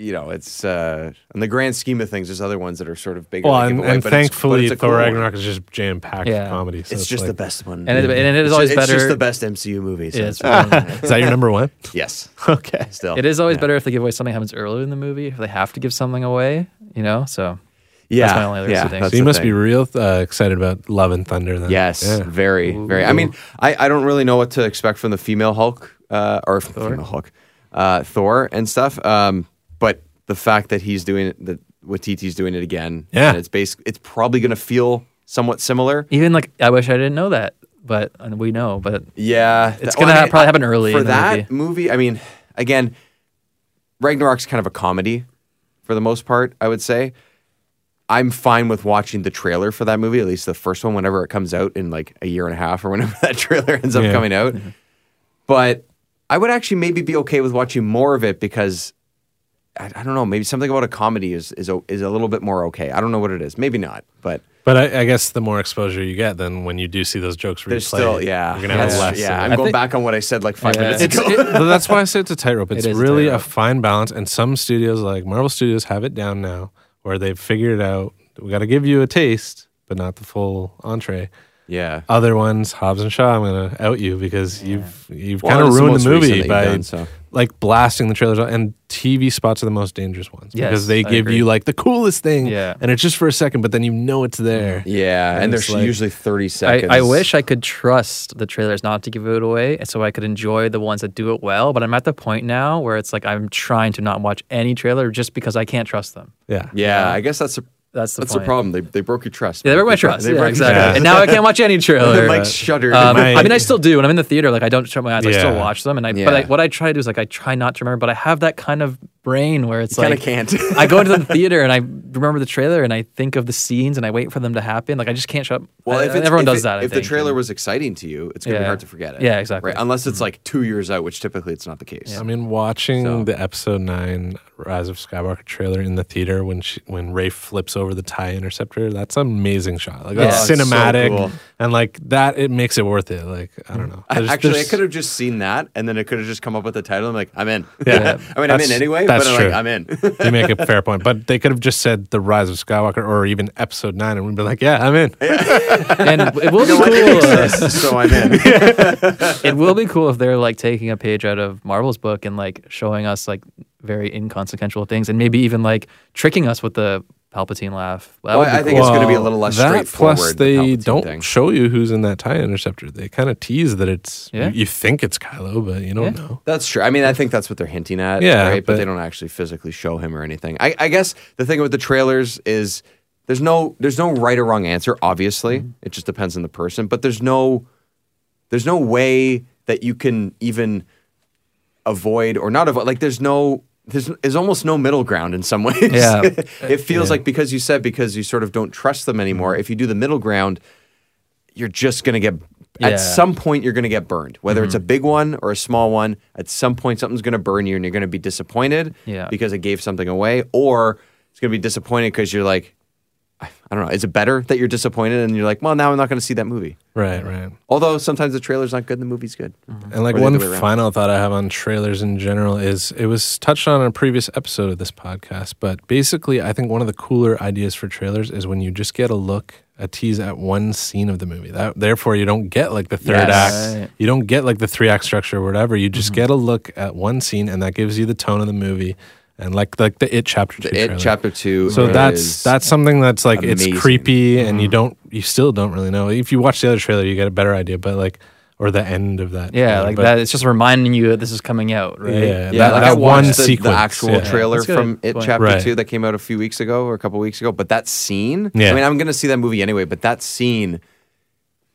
S5: you know, it's uh, in the grand scheme of things, there's other ones that are sort of bigger.
S7: Well,
S5: like,
S7: and,
S5: but
S7: and
S5: it's- but it's
S7: thankfully,
S5: a cool
S7: Thor
S5: one.
S7: Ragnarok is just jam packed
S6: Yeah.
S7: comedy. So
S5: It's just
S7: like-
S5: the best one,
S6: And it- and it is
S5: It's
S6: always
S5: ju- it's
S6: better-
S5: just the best MCU movie. So
S6: Yeah,
S5: it's
S6: it's
S5: fine.
S7: Is that your number one?
S5: yes,
S7: Okay.
S5: still
S6: It is always better if they give away something that happens earlier in the movie. If they have to give something away, you know. So
S5: Yeah,
S6: my only other
S5: yeah,
S6: thing.
S5: that's
S7: So you
S5: the
S7: must
S5: thing.
S7: be real uh, excited about Love and Thunder then.
S5: Yes,
S7: Yeah.
S5: very, very. I mean, I, I don't really know what to expect from the female Hulk uh, or female Hulk, uh, Thor and stuff. Um, but the fact that he's doing it, that Watiti's doing it again,
S7: Yeah.
S5: and it's basic. It's probably going to feel somewhat similar.
S6: even like I wish I didn't know that, but and we know. But
S5: Yeah,
S6: It's
S5: Well,
S6: gonna
S5: I
S6: ha- probably happen early
S5: for
S6: in the
S5: that movie. I mean, again, Ragnarok's kind of a comedy for the most part. I would say I'm fine with watching the trailer for that movie, at least the first one, whenever it comes out in like a year and a half or whenever that trailer ends up
S7: Yeah.
S5: coming out.
S6: Mm-hmm.
S5: But I would actually maybe be okay with watching more of it because. I I don't know. Maybe something about a comedy is is a, is a little bit more okay. I don't know what it is. Maybe not, but
S7: But I, I guess the more exposure you get, then when you do see those jokes replayed,
S5: there's still yeah.
S7: you're gonna have
S5: That's-
S7: less.
S5: Yeah,
S7: of
S5: I'm
S7: it.
S5: going back on what I said like five
S6: Yeah.
S5: minutes
S6: It's-
S5: ago.
S7: But that's why I say it's a tightrope. It's
S6: is a
S7: really a,
S6: tightrope.
S7: fine balance, and some studios like Marvel Studios have it down now, where they've figured out we got to give you a taste, but not the full entree.
S5: yeah,
S7: Other ones, Hobbs and Shaw, I'm gonna out you because you've you've
S5: Well,
S7: kind of
S5: it's the
S7: ruined
S5: most
S7: the
S5: recent that
S7: movie
S5: you've
S7: by
S5: done, so.
S7: like blasting the trailers out. And TV spots are the most dangerous ones
S6: Yes,
S7: because they
S6: I
S7: give
S6: agree.
S7: you like the coolest thing,
S6: Yeah.
S7: and it's just for a second, but then you know it's there.
S5: Yeah, and,
S7: And
S5: there's
S7: it's like-
S5: usually 30
S6: I,
S5: seconds.
S6: I wish I could trust the trailers not to give it away, and so I could enjoy the ones that do it well. But I'm at the point now where it's like I'm trying to not watch any trailer just because I can't trust them.
S7: Yeah.
S5: Yeah, I guess that's a,
S6: That's the
S5: that's the
S6: point.
S5: problem. They, they broke your trust.
S6: Yeah, they broke my
S5: They bro-
S6: trust.
S5: they
S6: Yeah,
S5: broke your
S6: exactly.
S5: trust.
S6: And now I can't watch any trailer.
S5: Mike shuddered.
S6: Um,
S7: My-
S6: I mean, I still do when I'm in the theater. Like, I don't shut my eyes. I still
S7: Yeah.
S6: watch them. And I,
S5: Yeah.
S6: but like, what I try to do is like I try not to remember. But I have that kind of brain where it's
S5: Kinda
S6: like
S5: can't.
S6: I go into the theater and I remember the trailer and I think of the scenes and I wait for them to happen. Like I just can't shut.
S5: well,
S6: I-
S5: if it's,
S6: everyone
S5: if
S6: does
S5: it-
S6: that, I
S5: If the
S6: think.
S5: trailer was exciting to you, it's going to be
S6: Yeah.
S5: hard to forget it.
S6: Yeah, exactly. Mm-hmm.
S5: Right? Unless it's like two years out, which typically it's not the case.
S7: I mean, watching the episode nine Rise of Skywalker trailer in the theater when she, when Ray flips over the tie interceptor, that's an amazing shot. Like that's
S5: Yeah. Oh, it's so
S7: cinematic,
S5: cool.
S7: and like that, it makes it worth it. Like I don't know. There's-
S5: Actually,
S7: there's-
S5: I could have just seen that, and then it could have just come up with the title. I'm like, I'm in.
S7: Yeah.
S5: I mean, I'm in
S7: That's-
S5: anyway, but
S7: that's
S5: I'm
S7: true.
S5: like, I'm in.
S7: you make a fair point, but they could have just said the Rise of Skywalker or even episode nine, and we'd be like, yeah, I'm in.
S6: and it will be
S5: No, it
S6: cool. uh,
S5: exists, so I'm in.
S6: it will be cool if they're like taking a page out of Marvel's book and like showing us like very inconsequential things and maybe even like tricking us with the Palpatine laugh. That
S5: Well,
S6: would be
S5: Oh, I
S6: cool.
S5: think it's gonna be a little less
S7: that
S5: straightforward,
S7: Plus,
S5: the
S7: they
S5: Palpatine
S7: don't
S5: thing.
S7: show you who's in that tie interceptor. They kind of tease that it's
S6: Yeah.
S7: you, you think it's Kylo, but you don't
S6: Yeah.
S7: know.
S5: That's true. I mean, I think that's what they're hinting at.
S7: Yeah,
S5: Right? But, they
S7: but-
S5: don't actually physically show him or anything. I, I guess the thing with the trailers is there's no there's no right or wrong answer, obviously.
S6: Mm-hmm.
S5: It just depends on the person. But there's no there's no way that you can even avoid or not avoid like there's no there's, there's almost no middle ground in some ways.
S6: Yeah. Mm-hmm.
S5: it feels like because you said because you sort of don't trust them anymore, if you do the middle ground, you're just going to get
S6: Yeah.
S5: at some point you're going to get burned whether
S7: Mm-hmm.
S5: it's a big one or a small one at some point something's going to burn you and you're going to be disappointed
S6: Yeah.
S5: because it gave something away or it's going to be disappointed because you're like I I don't know. Is it better that you're disappointed and you're like, well, now I'm not going to see that movie?
S7: Right, right.
S5: Although sometimes the trailer's not good and the movie's good.
S7: And
S5: Mm-hmm. Or
S7: like
S5: the
S7: one
S5: other way around.
S7: final thought I have on trailers in general is it was touched on in a previous episode of this podcast, but basically I think one of the cooler ideas for trailers is when you just get a look, a tease at one scene of the movie. That therefore you don't get like the third
S6: Yes.
S7: act,
S6: Right.
S7: you don't get like the three act structure or whatever. You
S5: Mm-hmm.
S7: just get a look at one scene and that gives you the tone of the movie. And like like the it chapter two
S5: The It
S7: trailer.
S5: Chapter Two.
S7: So that's
S5: is-
S7: that's something that's like
S5: amazing.
S7: it's creepy and
S5: Mm-hmm.
S7: you don't you still don't really know. If you watch the other trailer, you get a better idea, but like or the end of that.
S6: yeah,
S7: trailer,
S6: like
S7: but-
S6: that. It's just reminding you that this is coming out, right?
S7: Yeah,
S5: Yeah,
S7: that,
S5: like
S7: that
S5: I
S7: one
S5: watched the,
S7: sequence,
S5: the actual
S7: yeah.
S5: trailer
S6: That's good
S5: from It
S6: point.
S5: Chapter
S7: Right.
S5: 2 that came out a few weeks ago or a couple weeks ago, but that scene,
S7: Yeah.
S5: I mean, I'm going to see that movie anyway, but that scene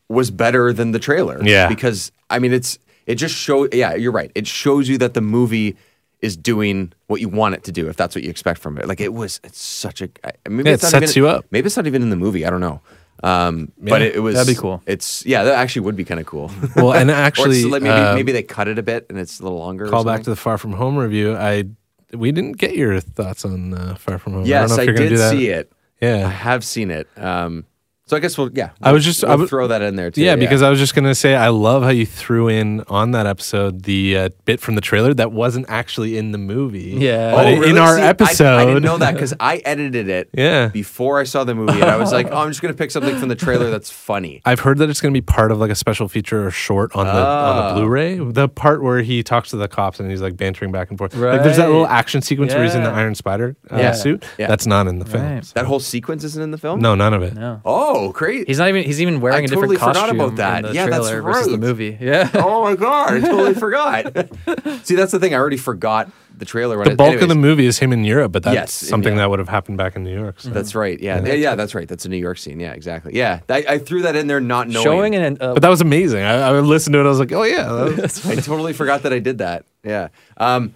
S5: was better than the trailer.
S7: Yeah.
S5: Because, I mean, it's, it just shows, yeah, you're right. It shows you that the movie is doing what you want it to do if that's what you expect from it. Like it was, it's such a I- maybe
S7: Yeah,
S5: it's
S7: it
S5: not
S7: sets
S5: even-
S7: you up.
S5: Maybe it's not even in the movie. I don't know. Um, but
S7: Yeah,
S5: it, it was
S6: that'd be cool.
S5: It's yeah, that actually would be kind of cool.
S7: Well, and
S5: Or it's
S7: actually,
S5: like maybe,
S7: uh,
S5: maybe they cut it a bit and it's a little longer. or
S7: call back
S5: something.
S7: to the Far From Home review. I we didn't get your thoughts on uh, Far From Home.
S5: Yes, I,
S7: if you're gonna
S5: did
S7: do that.
S5: see it. I
S7: Yeah,
S5: have seen it. Um, so I guess we'll yeah.
S7: I was just-
S5: we'll
S7: I was-
S5: throw that in there too.
S7: yeah, because I was just gonna say I love how you threw in on that episode the uh, bit from the trailer that wasn't actually in the movie.
S6: Yeah.
S7: but
S6: Oh,
S7: in
S5: really?
S7: our
S5: See, I-
S7: episode,
S5: I, didn't know that because I edited it.
S7: Yeah.
S5: Before I saw the movie, and I was like, "Oh, I'm just gonna pick something from the trailer that's funny."
S7: I've heard that it's going to be part of like a special feature or short on the
S5: Ah.
S7: on the Blu-ray. The part where he talks to the cops and he's like bantering back and forth. Like there's that little
S6: Right.
S7: action sequence where he's in the
S6: Yeah.
S7: Iron Spider uh,
S5: Yeah.
S7: suit.
S5: Yeah.
S7: That's not in the film.
S6: Right.
S5: That whole sequence isn't in the film.
S7: No, none of it.
S6: No.
S5: Oh, great!
S6: He's not even. He's even wearing
S5: I
S6: a different
S5: totally forgot
S6: costume
S5: about
S6: in
S5: that.
S6: the
S5: Yeah, that's
S6: trailer versus the
S5: right.
S6: movie. Yeah.
S5: oh my god, I totally forgot. See, that's the thing. I already forgot the trailer. When
S7: The
S5: it-
S7: bulk of
S5: anyways,
S7: the movie is him in Europe, but that's
S5: Yes, in-
S7: something
S5: yeah.
S7: that would have happened back in New York. So.
S5: That's right. Yeah, yeah, yeah, that's right. That's a New York scene. Yeah, exactly. Yeah, I, I threw that in there not knowing.
S6: Showing an. Uh,
S7: but that was amazing. I, I listened to it. I was like, oh yeah, that was-
S5: I totally forgot that I did that. Yeah. Um,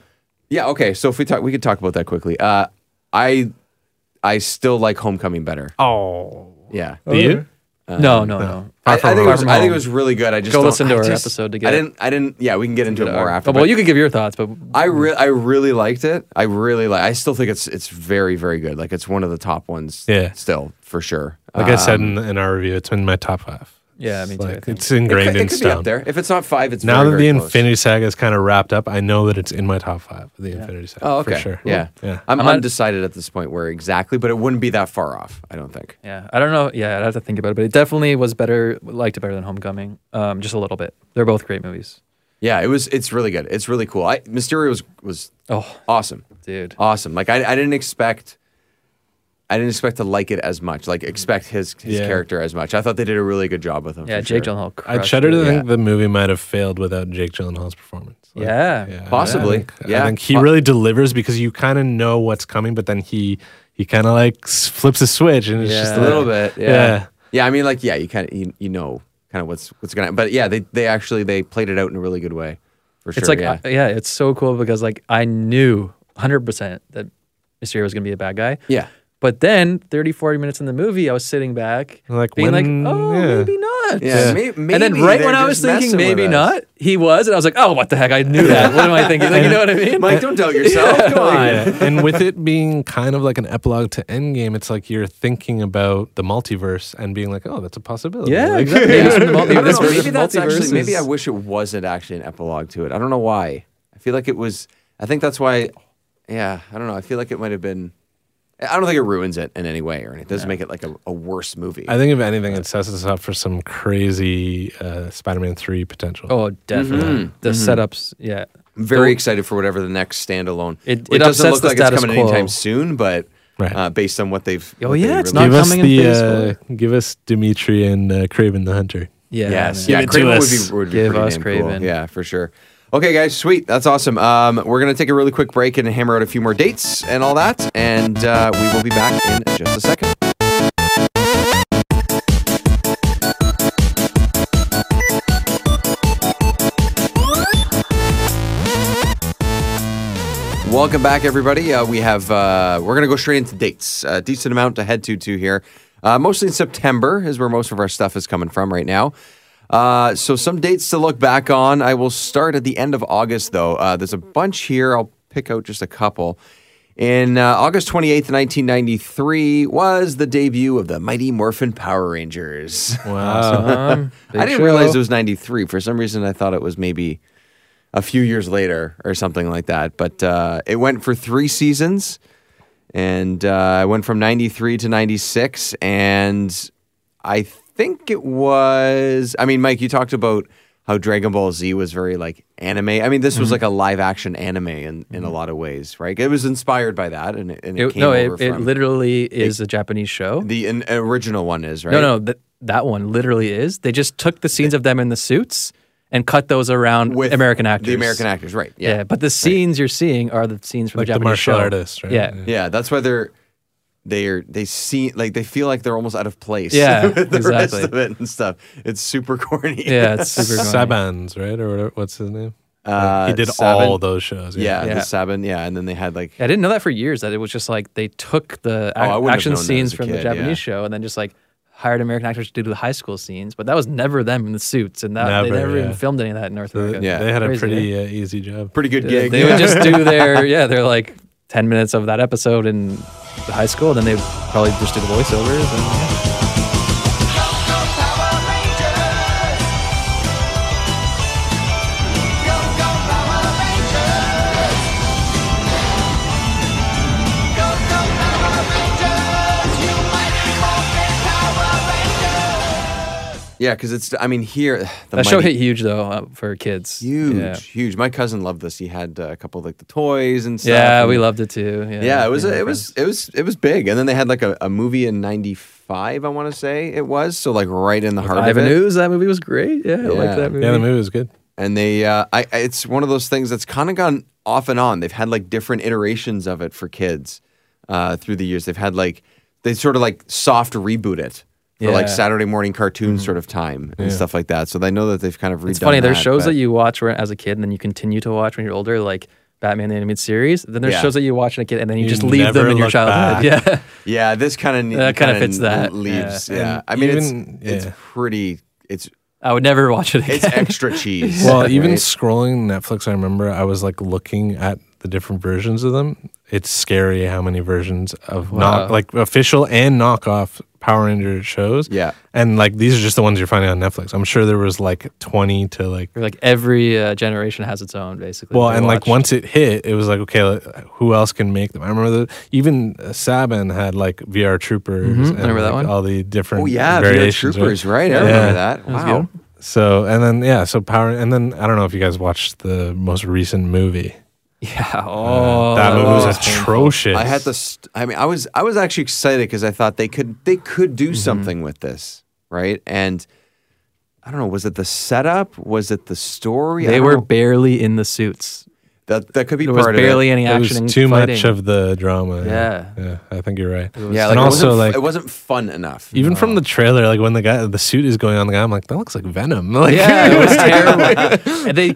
S5: yeah. Okay. So if we talk, we could talk about that quickly. Uh, I, I still like Homecoming better.
S7: oh.
S5: Yeah.
S7: Do you?
S6: no, no, no.
S5: I, I
S7: Far From
S5: think it
S7: Home.
S5: was, I think it was really good. I just
S6: Go
S5: don't-
S6: listen to
S5: I
S6: our
S5: just-
S6: episode to get
S5: I
S6: it.
S5: didn't. I didn't. Yeah, we can get into it more after.
S6: Oh, well,
S5: but
S6: you could give your thoughts, but
S5: I re- I really liked it. I really like. I still think it's it's very very good. Like it's one of the top ones.
S7: Yeah.
S5: Still for sure. Uh,
S7: Like I said
S5: Um,
S7: in, in our review, it's in my top five.
S6: Yeah, me too, I
S7: Like,
S6: think.
S7: it's ingrained
S5: it, could-
S7: in
S5: it could
S7: stone.
S5: be up there. If it's not five, it's
S7: Now
S5: very,
S7: that
S5: very
S7: the
S5: close.
S7: Infinity Saga is kind of wrapped up, I know that it's in my top five. The Infinity Saga,
S5: Oh, okay.
S7: for sure.
S5: Yeah.
S7: yeah.
S5: I'm,
S6: I'm not-
S5: undecided at this point where exactly, but it wouldn't be that far off. I don't think.
S6: yeah, I don't know. Yeah, I'd have to think about it, but it definitely was better. Liked it better than Homecoming, um, just a little bit. They're both great movies.
S5: Yeah, it was. It's really good. It's really cool. I, Mysterio was was
S6: Oh,
S5: awesome,
S6: dude.
S5: awesome. Like I, I didn't expect, I didn't expect to like it as much. Like expect his his
S7: Yeah.
S5: character as much. I thought they did a really good job with him.
S6: yeah,
S5: for
S6: Jake
S5: sure.
S6: Gyllenhaal.
S7: I
S6: crushed
S7: shudder
S6: it.
S7: to
S5: Yeah.
S7: think the movie might have failed without Jake Gyllenhaal's performance. Like,
S6: Yeah.
S5: Possibly,
S7: I think, I
S5: yeah.
S7: think he
S5: Po-
S7: really delivers because you kind of know what's coming, but then he he kind of like s- flips a switch and it's
S6: Yeah.
S7: just
S5: a
S7: like-
S5: little bit. Yeah. yeah,
S7: Yeah.
S5: I mean, like, yeah, you kind of you, you know kind of what's what's gonna. But yeah, they they actually they played it out in a really good way. For sure.
S6: It's like uh,
S5: yeah.
S6: I- yeah, it's so cool because like I knew 100% that Mysterio was going to be a bad guy.
S5: yeah.
S6: But then 30 40 minutes in the movie I was sitting back
S7: Like,
S6: being
S7: when-
S6: like, "Oh,
S7: yeah.
S6: maybe not."
S5: Yeah, may-
S6: and then
S5: maybe
S6: right
S5: they're
S6: when I
S5: just
S6: was
S5: messing
S6: thinking
S5: with
S6: maybe
S5: us.
S6: not, he was and I was like, "Oh, what the heck? I knew that. What am I thinking?" Like, you know what I mean?
S5: Mike, don't doubt yourself. Come on.
S7: Yeah. and with it being kind of like an epilogue to Endgame, it's like you're thinking about the multiverse and being like, oh, that's a possibility.
S6: yeah,
S7: Like,
S6: exactly.
S5: Yeah.
S6: Maybe it's the
S5: I
S6: multi-
S5: don't
S6: this
S5: know,
S6: version
S5: maybe
S6: of
S5: that's actually.
S6: multiverse
S5: Maybe I
S6: is-
S5: wish it wasn't actually an epilogue to it. I don't know why. I feel like it was. I think that's why. Yeah, I don't know. I feel like it might have been. I don't think it ruins it in any way, or it doesn't make it like a, a worse movie.
S7: I think if anything, it sets us up for some crazy uh, Spider-Man three potential.
S6: Oh, definitely.
S5: Mm-hmm.
S6: The setups, yeah.
S5: I'm very excited for whatever the next standalone.
S6: It-
S5: it
S6: it
S5: doesn't
S6: upsets
S5: look
S6: the
S5: like it's
S6: status
S5: coming
S6: quo.
S5: anytime soon, but
S7: Right.
S5: uh, based on what they've.
S6: Oh,
S5: what
S6: yeah,
S5: they
S6: it's
S5: released-
S7: give
S6: not
S7: us
S6: coming in
S7: the
S6: phase
S7: uh, give us Dimitri and uh, Craven the Hunter.
S6: Yeah.
S5: Yes,
S6: man.
S5: yeah,
S7: Give it to
S5: Craven would
S7: us.
S5: be, would be
S6: Give
S5: pretty
S6: us
S5: damn
S6: Craven.
S5: Cool. Yeah, for sure. Okay, guys, sweet. That's awesome. Um, we're gonna take a really quick break and hammer out a few more dates and all that, and uh, we will be back in just a second. Welcome back, everybody. Uh, we have uh, we're gonna go straight into dates. A decent amount to head to to here. Uh, mostly in September is where most of our stuff is coming from right now. Uh, so some dates to look back on. I will start at the end of August though. Uh, there's a bunch here. I'll pick out just a couple. In uh, August 28th, 1993, was the debut of the Mighty Morphin Power Rangers.
S7: Wow.
S6: Um,
S5: I
S6: Big
S5: didn't
S6: Show.
S5: realize it was 93. For some reason, I thought it was maybe a few years later or something like that. But uh, it went for three seasons and uh, it went from 93 to 96. And I think it was, I mean, Mike, you talked about how Dragon Ball Z was very like anime. I mean, this
S6: Mm-hmm.
S5: was like a live action anime in, in a lot of ways, right? It was inspired by that and it, and it
S6: It-
S5: came
S6: no,
S5: over
S6: it, it
S5: from
S6: literally is a Japanese show.
S5: the in, original one is, right?
S6: No, no, that that one literally is. They just took the scenes of them in the suits and cut those around
S5: With
S6: American actors.
S5: The American actors, right.
S6: Yeah, but the scenes you're seeing are the scenes from
S7: Like
S6: the
S7: the
S6: Japanese
S7: martial
S6: show.
S7: artist, right?
S6: Yeah.
S7: Yeah.
S5: Yeah, that's why they're they're they see like they feel like they're almost out of place.
S6: Yeah,
S5: with the
S6: exactly.
S5: rest of it and stuff. It's super corny.
S6: Yeah, it's super corny.
S7: Sabans, right? Or whatever, what's his name?
S5: Uh,
S7: he did
S5: Seven.
S7: all those shows.
S5: Yeah,
S6: Yeah.
S5: the seven. Yeah, and then they had like
S6: I didn't know that for years that it was just like they took the
S5: Oh, I wouldn't
S6: ac-
S5: have known
S6: action
S5: that as
S6: scenes
S5: a
S6: from
S5: kid,
S6: the
S5: yeah.
S6: Japanese show and then just like hired American actors to do the high school scenes, but that was never them in the suits and that they
S7: Never,
S6: never
S7: yeah.
S6: even filmed any of that in North America.
S5: yeah,
S7: they had a
S6: Crazy,
S7: pretty uh, easy job.
S5: pretty good
S6: They,
S5: gig.
S6: they would just do their yeah, their like ten minutes of that episode in the high school, then they would probably just do the voiceovers and yeah.
S5: yeah, because it's. I mean, here the
S6: that show
S5: money-
S6: hit huge though uh, for kids.
S5: huge,
S6: Yeah,
S5: huge. My cousin loved this. He had uh, a couple of, like the toys and stuff.
S6: yeah
S5: and-
S6: we loved it too. Yeah,
S5: Yeah, it was
S6: me and my
S5: it was it was it was big, and then they had like a, a movie in '95, I want to say it was, so like right in the heart
S6: friends.
S5: of it.
S6: News. That movie was great. Yeah, I
S5: Yeah.
S6: liked that movie.
S7: Yeah, the movie was good.
S5: And they, uh, I, I- it's one of those things that's kind of gone off and on. They've had like different iterations of it for kids uh, through the years. They've had like they sort of like soft reboot it for like
S6: Yeah. Mm-hmm.
S5: Saturday morning cartoon sort of time and stuff like that. So I know that they've kind of redone.
S6: It's funny. There's
S5: that,
S6: shows
S5: but-
S6: that you watch when- as a kid, and then you continue to watch when you're older, like Batman the animated series. Then there's
S5: Yeah.
S6: shows that you watch when a kid, and then you,
S7: You
S6: just leave them
S7: never
S6: in your
S7: look
S6: childhood. Yeah,
S5: Yeah, this kind of
S6: That kinda fits that,
S5: leaves. Yeah,
S6: yeah.
S7: And
S5: I mean
S7: even-
S5: it's
S7: yeah.
S5: it's pretty. It's
S6: I would never watch it again.
S5: it's extra cheese.
S7: Well, even
S5: right?
S7: scrolling Netflix, I remember I was like looking at the different versions of them. It's scary how many versions of knock, like official and knockoff Power Ranger shows.
S5: Yeah.
S7: and like these are just the ones you're finding on Netflix. I'm sure there was like 20 to like.
S6: like every uh, generation has its own, basically.
S7: Well,
S6: They
S7: and like
S6: watch-
S7: once it hit, it was like okay, like, who else can make them? I remember the, even uh, Saban had like VR Troopers. and,
S6: remember that one.
S7: like, All the different
S5: Oh yeah, VR
S7: variations, right?
S5: Troopers, right? I
S7: Yeah.
S5: remember that. Wow.
S7: So and then yeah, so power and then I don't know if you guys watched the most recent movie.
S6: yeah, oh,
S7: Uh, that movie was,
S6: was painful.
S7: atrocious.
S5: I had to. St- I mean, I was I was actually excited because I thought they could they could
S6: Mm-hmm.
S5: do something with this, right? And I don't know. Was it the setup? Was it the story? I
S6: They
S5: don't
S6: were
S5: know.
S6: barely in the suits.
S5: that that could be
S6: There was
S5: part
S6: barely
S5: of
S6: any
S7: It
S6: action.
S7: was
S6: and
S7: too
S6: fighting.
S7: much of the drama.
S6: Yeah.
S7: yeah. I think you're right.
S5: it. Yeah, like,
S7: and
S5: it
S7: also
S5: wasn't, f-
S7: like
S5: it wasn't fun enough.
S7: even from the trailer, like when the guy the suit is going on the guy, I'm like that looks like Venom. Like,
S6: Yeah, it was terrible. And they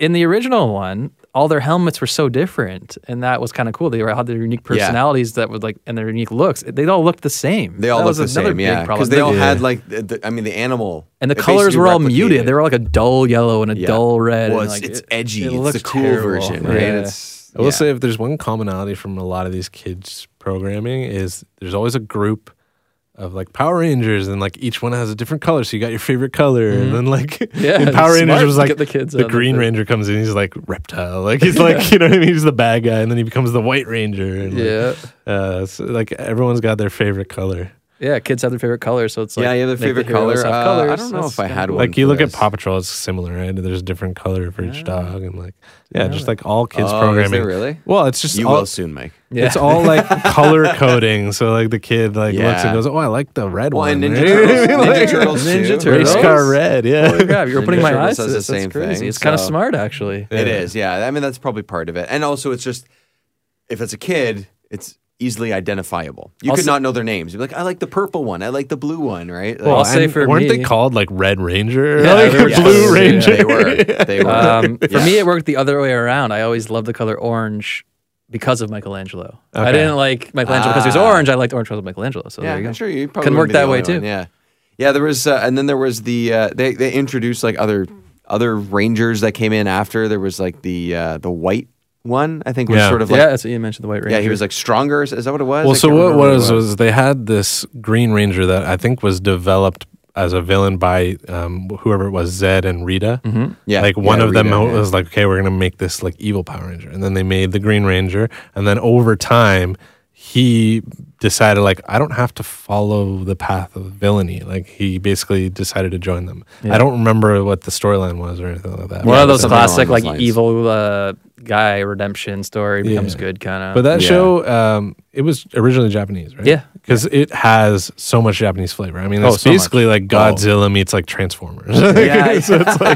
S6: in the original one, all their helmets were so different, and that was kind of cool. They were, had their unique personalities that would like and their unique looks. They all looked the same.
S5: they all
S6: That
S5: looked the
S6: was another
S5: same,
S6: big
S5: yeah, because
S6: problem.
S5: they all
S6: Yeah.
S5: had like the, the- I mean the animal
S6: and the
S5: it
S6: colors
S5: basically
S6: were all
S5: replicated.
S6: muted. They were like a dull yellow and a
S5: Yeah.
S6: dull red.
S5: Well,
S6: and,
S5: it's,
S6: like,
S5: it's
S6: it-
S5: edgy.
S6: it
S5: it's the
S6: looked
S5: cool
S6: terrible.
S5: version, right?
S6: Yeah.
S5: It's
S7: I will
S5: yeah.
S7: say if there's one commonality from a lot of these kids programming is there's always a group of like Power Rangers and like each one has a different color. So you got your favorite color, and then like
S6: Mm-hmm. Yeah,
S7: in Power
S6: it's
S7: Rangers
S6: smart
S7: it was
S6: to
S7: like
S6: get the kids on with
S7: Green
S6: it.
S7: Ranger comes in, he's like reptile, like he's like you know what I mean, he's the bad guy, and then he becomes the White Ranger. And
S6: Yeah.
S7: like, uh, so like everyone's got their favorite color.
S6: yeah, kids have their favorite color, so it's like
S5: yeah, you have
S6: make
S5: the
S6: the
S5: favorite color.
S6: heroes have
S5: Uh, I
S6: colors.
S5: don't know
S6: That's
S5: if I
S6: kinda
S5: had
S6: cool.
S5: one.
S7: Like
S5: for
S7: you look at
S5: this.
S7: Paw Patrol, it's similar, right? There's a different color for each dog, and like yeah, just like all kids
S5: Oh, is there
S7: programming.
S5: really?
S7: Well, it's just
S5: You
S7: all,
S5: will soon, Mike.
S6: Yeah.
S7: It's all like color coding. So like the kid like looks
S5: Yeah.
S7: and goes, "Oh, I like the red
S5: Well,
S7: one."
S5: and Ninja
S7: right?"
S5: Turtles,
S7: Like,
S5: Ninja Turtles,
S6: Ninja
S5: too.
S6: Turtles.
S7: Race car red,
S6: Holy
S7: yeah.
S6: crap, you're
S5: Ninja
S6: opening my
S5: Turtles
S6: eyes. to
S5: does the
S6: this. That's
S5: same
S6: crazy.
S5: thing,
S6: It's kind of
S5: so-
S6: smart actually.
S5: It is, yeah. I mean, that's probably part of it. And also, it's just if it's a kid, it's easily identifiable. You could
S6: Also-
S5: not know their names. You'd be like, I like the purple one. I like the blue one, right? Like,
S6: Well, I'll say
S7: And
S6: for
S7: weren't they
S6: me-
S7: called like Red Ranger,
S6: Yeah,
S7: like,
S6: they
S7: or
S6: were
S7: Blue
S6: just-
S7: Ranger?
S5: They were. They were.
S6: Um, for
S5: Yeah.
S6: me, it worked the other way around. I always loved the color orange because of Michelangelo.
S7: Okay.
S6: I didn't like Michelangelo because he was
S5: Ah.
S6: orange. I liked orange because of Michelangelo. So
S5: yeah,
S6: there you go.
S5: I'm sure you probably
S6: can work
S5: wouldn't be
S6: that
S5: the
S6: way
S5: only
S6: too.
S5: one, Yeah, yeah. There was, uh, and then there was the uh, they they introduced like other other rangers that came in after. There was like the uh, the white one. I think was
S7: Yeah.
S5: sort of like
S6: yeah, that's what you mentioned. The White Ranger.
S5: yeah, he was like stronger. Is is that what it was?
S7: Well,
S5: I
S7: so
S5: can't
S7: what
S5: remember it
S7: was was they had this Green Ranger that I think was developed as a villain by um, whoever it was, Zed and Rita. Mm-hmm.
S5: Yeah,
S7: like one
S5: yeah,
S7: of them
S5: Rita, yeah.
S7: was like, okay, we're gonna make this like evil Power Ranger, and then they made the Green Ranger, and then over time he decided like I don't have to follow the path of villainy. Like he basically decided to join them. I don't remember what the storyline was or anything like that.
S6: one
S7: but-
S6: of those
S5: something along
S6: classic
S5: those
S6: like
S5: lines.
S6: evil uh, guy redemption story becomes
S7: Yeah.
S6: good kind of.
S7: But that
S5: Yeah.
S7: show, um, it was originally Japanese, right?
S6: Yeah.
S7: because it has so much Japanese flavor. I mean,
S6: Oh,
S7: it's
S6: so much.
S7: basically like Godzilla meets like Transformers.
S6: yeah,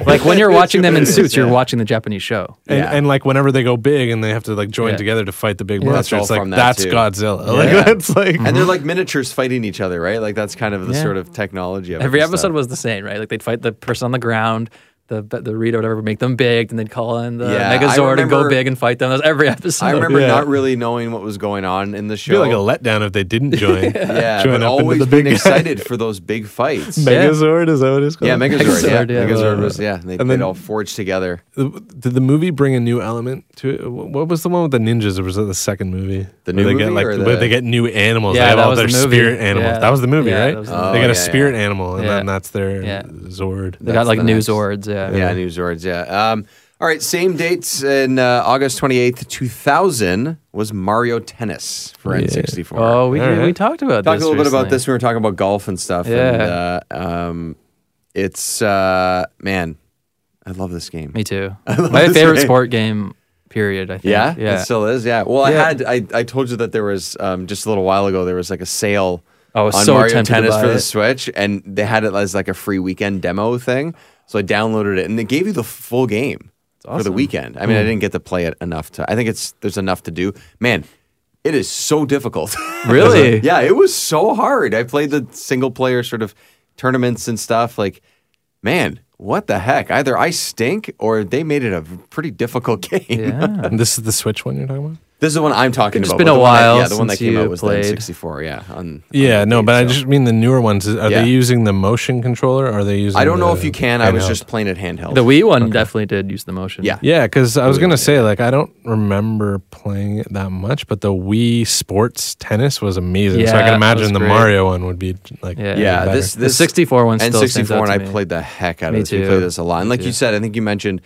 S6: like, when you're watching them in suits, you're watching the Japanese show.
S7: And,
S5: Yeah.
S7: and like whenever they go big and they have to like join
S6: Yeah.
S7: together to fight the big
S5: That's
S7: monster,
S5: all
S7: it's like
S5: from that,
S7: that's
S5: too.
S7: Godzilla.
S5: Yeah.
S7: Like that's like
S5: And they're like miniatures fighting each other, right? Like that's kind of the
S6: Yeah.
S5: sort of technology. Of it
S6: Every
S5: and
S6: episode
S5: stuff.
S6: was the same, right? Like they'd fight the person on the ground. the the Reed or whatever make them big, and they'd call in the
S5: Yeah, I
S6: Megazord and
S5: remember-
S6: go big and fight them. That was every episode.
S5: I remember
S7: Yeah.
S5: not really knowing what was going on in the
S7: It'd be
S5: show.
S7: like a letdown if they didn't join.
S5: yeah,
S7: join
S5: but
S7: up
S5: always
S7: into the
S5: been
S7: big
S5: excited for those big fights.
S7: Megazord is that what it's called?
S5: yeah, Megazord. Yeah,
S6: Megazord, yeah.
S5: Megazord was yeah. They,
S7: And
S5: they'd
S7: then-
S5: all forge together.
S7: Did the movie bring a new element to it? Wh- What was the one with the ninjas? Or was that the second movie?
S5: The new
S7: Where they get
S5: movie
S7: like
S5: or
S7: where
S5: the-
S7: they get new animals.
S6: Yeah,
S7: they have
S6: that
S7: all
S6: was
S7: their
S6: the movie.
S7: spirit animals.
S6: Yeah.
S7: That was the movie,
S6: Yeah,
S7: right?
S6: that was the
S5: Oh,
S7: they got
S5: yeah,
S7: a spirit
S5: yeah.
S7: animal, and
S6: Yeah.
S7: then that's their
S6: Yeah.
S7: Zord.
S6: They
S5: That's
S6: got like
S5: the
S6: new
S5: next-
S6: Zords. Yeah.
S5: Yeah, New Zords. Yeah. Um, all right. Same dates in uh, August twenty eighth, two thousand was Mario Tennis for N sixty four.
S6: Oh, we,
S7: All right.
S6: we talked about
S5: Talk a
S6: this
S5: little bit about
S6: recently.
S5: this. We were talking about golf and stuff.
S6: Yeah.
S5: And, uh, um, it's uh, man, I love this game.
S6: Me too. My favorite
S5: game.
S6: sport game. Period. I think.
S5: Yeah,
S6: Yeah.
S5: it still is. Yeah. Well,
S6: Yeah.
S5: I had I, I told you that there was um, just a little while ago there was like a sale
S6: I was
S5: on
S6: so
S5: Mario
S6: tempted to
S5: Tennis
S6: buy
S5: for
S6: it.
S5: the Switch, and they had it as like a free weekend demo thing. So I downloaded it, and they gave you the full game for the
S6: awesome. Hmm.
S5: weekend. I mean, I didn't get to play it enough to. I think it's there's enough to do. Man, it is so difficult.
S6: Really?
S5: yeah, it was so hard. I played the single player sort of tournaments and stuff. Like, man, what the heck? Either I stink or they made it a pretty difficult game.
S6: Yeah.
S7: And this is the Switch one you're talking about.
S5: This is the one I'm talking
S6: It's
S5: about.
S6: been
S5: the
S6: a
S5: one that-
S6: while
S5: yeah, the one that
S6: since
S5: came out
S6: you
S5: was
S6: played.
S5: the 64. Yeah. on-
S7: Yeah,
S5: on
S7: no,
S5: the
S7: but I
S5: game, so.
S7: just mean the newer ones. Are
S5: Yeah.
S7: they using the motion controller? Or are they using?
S5: I don't know
S7: the
S5: if you can. I was
S7: handheld?
S5: just playing it handheld.
S6: The Wii one definitely did use the motion.
S5: Yeah.
S7: Yeah, because I was gonna say like I don't remember playing it that much, but the Wii Sports Tennis was amazing. so I
S6: Yeah,
S7: can
S6: it
S7: imagine
S6: was
S7: the
S6: great.
S7: Mario one would be like
S6: Yeah.
S7: even
S5: yeah,
S7: better.
S5: this
S6: The
S5: this
S6: 64 one
S5: and
S6: still stands
S5: 64
S6: out
S5: one.
S6: to
S5: I
S6: me.
S5: played the heck out
S6: Me
S5: of this. We
S6: too.
S5: played this a lot. And like you
S6: too.
S5: said, I think you mentioned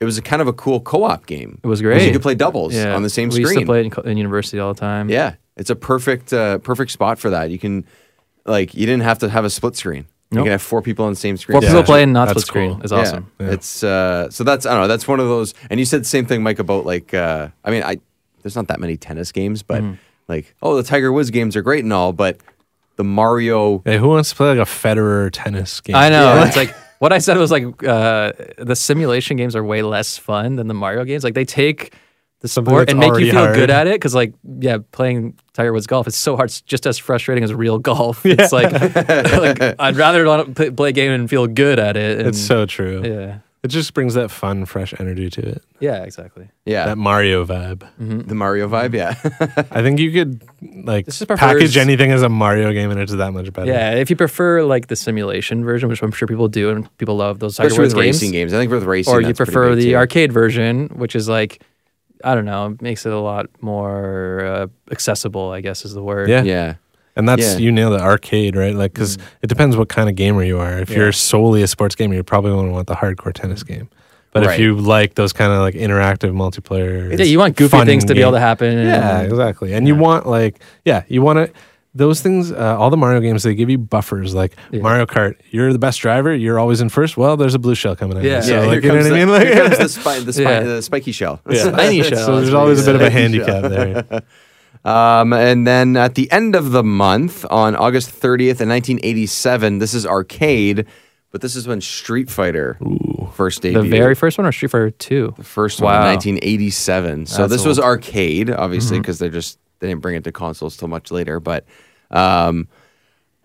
S5: it was a kind of a cool co-op game.
S6: It was
S5: 'Cause You
S6: great.
S5: could play doubles on the same
S6: we
S5: screen.
S6: used to play it in, co- in university all the time.
S5: Yeah, it's a perfect uh, perfect spot for that. You can like you didn't have to have a split screen. You
S6: Nope.
S5: can have four people on the same screen.
S6: Four people
S7: Yeah.
S6: play and not
S7: That's
S6: split screen
S7: cool.
S6: is awesome.
S5: Yeah. It's uh, so that's I don't know. That's one of those. And you said the same thing, Mike, about like uh, I mean, I there's not that many tennis games, but like oh, the Tiger Woods games are great and all, but the Mario.
S7: Hey, who wants to play like a Federer tennis game?
S6: I know. It's like what I said was like uh, the simulation games are way less fun than the Mario games. Like they take the
S7: Something
S6: sport
S7: that's
S6: and make you
S7: already
S6: feel good at
S7: hard.
S6: it because like yeah, playing Tiger Woods golf is so hard. It's just as frustrating as real golf. It's like, like I'd rather not play, play a game and feel good at it. And,
S7: It's so true.
S6: yeah,
S7: It just brings that fun, fresh energy to it.
S6: yeah, exactly.
S5: Yeah, Mm.
S7: That Mario vibe.
S5: the Mario vibe. Yeah,
S7: I think you could like
S6: This is
S7: package
S6: prefers-
S7: anything as a Mario game and it's that much better.
S6: Yeah, if you prefer like the simulation version, which I'm sure people do and people love those Tiger
S5: especially
S6: Woods
S5: with
S6: games,
S5: racing games. I think with racing,
S6: or you
S5: that's pretty
S6: prefer
S5: big,
S6: the
S5: too.
S6: arcade version, which is like, I don't know, makes it a lot more uh, accessible. I guess is the word.
S7: Yeah.
S5: Yeah,
S7: And that's
S5: Yeah.
S7: you nail the arcade, right? Like cuz
S6: Mm-hmm.
S7: it depends what kind of gamer you are. If you're solely a sports gamer, you probably won't want the hardcore tennis game. But
S5: Right.
S7: if you like those kind of like interactive multiplayer
S6: yeah. You want goofy
S7: fun
S6: things to be able
S7: game-
S6: to happen.
S7: Yeah,
S6: and-
S7: exactly. And you want like, yeah, you want to. Those things, uh, all the Mario games, they give you buffers. Like Mario Kart, you're the best driver. You're always in first. Well, there's a blue shell coming in.
S6: Yeah.
S7: so
S5: yeah.
S7: like,
S5: here,
S7: you know
S5: comes
S7: what I mean?
S5: the,
S7: Like,
S5: here comes the, spi- the, spi-
S6: Yeah.
S5: the spiky shell.
S6: Tiny shell.
S7: so there's always a bit of a handicap there.
S5: Um, and then at the end of the month, on August 30th, in 1987, this is arcade, but this is when Street Fighter first
S6: the
S5: debuted.
S6: very first one or Street Fighter Two.
S5: The first one,
S6: Wow.
S5: 1987. So
S6: That's Mm-hmm.
S5: this was
S6: old.
S5: arcade, obviously, because they're just they didn't bring it to consoles till much later. But um,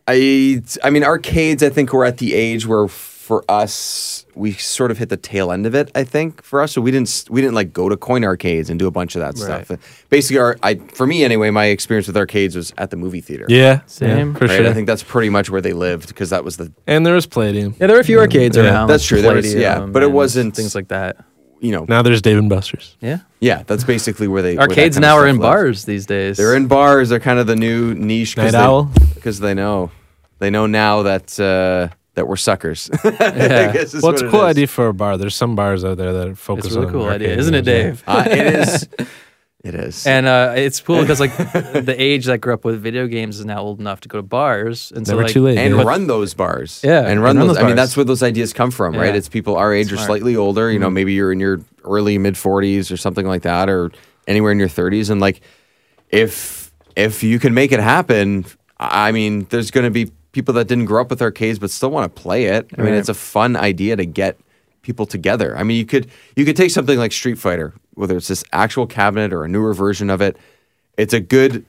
S5: I, I mean, arcades. I think we're at the age where for us we sort of hit the tail end of it. I think for us, so we didn't s- we didn't like go to coin arcades and do a bunch of that stuff. Basically, our, I for me anyway, my experience with arcades was at the movie theater.
S7: Yeah,
S6: Same.
S7: yeah, for
S5: Right?
S7: sure.
S5: I think that's pretty much where they lived because that was the
S7: and there was Palladium.
S6: Yeah, there were a few arcades
S7: Yeah.
S6: around.
S5: That's true. There was-
S6: Palladium
S5: yeah, but it
S6: and
S5: wasn't-
S6: things like that.
S5: you know
S7: Now there's Dave and Buster's.
S6: Yeah,
S5: yeah that's basically where they where that
S6: arcades
S5: kind of
S6: now are
S5: stuff
S6: in
S5: lived.
S6: bars these days.
S5: They're in bars. They're kind of the new niche.
S7: Night owl?
S5: Because they know, they know now that uh, that we're suckers.
S6: Yeah.
S7: Well, it's a cool idea for a bar. There's some bars out there that focus
S6: It's a really
S7: on
S6: cool idea,
S7: arcade
S6: isn't it,
S7: games, yeah.
S6: Dave?
S5: Uh, it is. It is.
S6: And uh, it's cool because like the age that grew up with video games is now old enough to go to bars, and so
S7: Never
S6: like,
S7: too late.
S5: and
S7: But-
S5: run those bars.
S6: Yeah,
S5: and run, those. I mean,
S6: bars.
S5: that's where those ideas come from, right?
S6: Yeah.
S5: It's people our age or
S6: Smart.
S5: slightly older. You know, maybe you're in your early mid 40s or something like that, or anywhere in your 30s. And like, if if you can make it happen, I mean, there's going to be people that didn't grow up with arcades but still want to play it. I mean, it's a fun idea to get people together. I mean, you could you could take something like Street Fighter, whether it's this actual cabinet or a newer version of it. It's a good.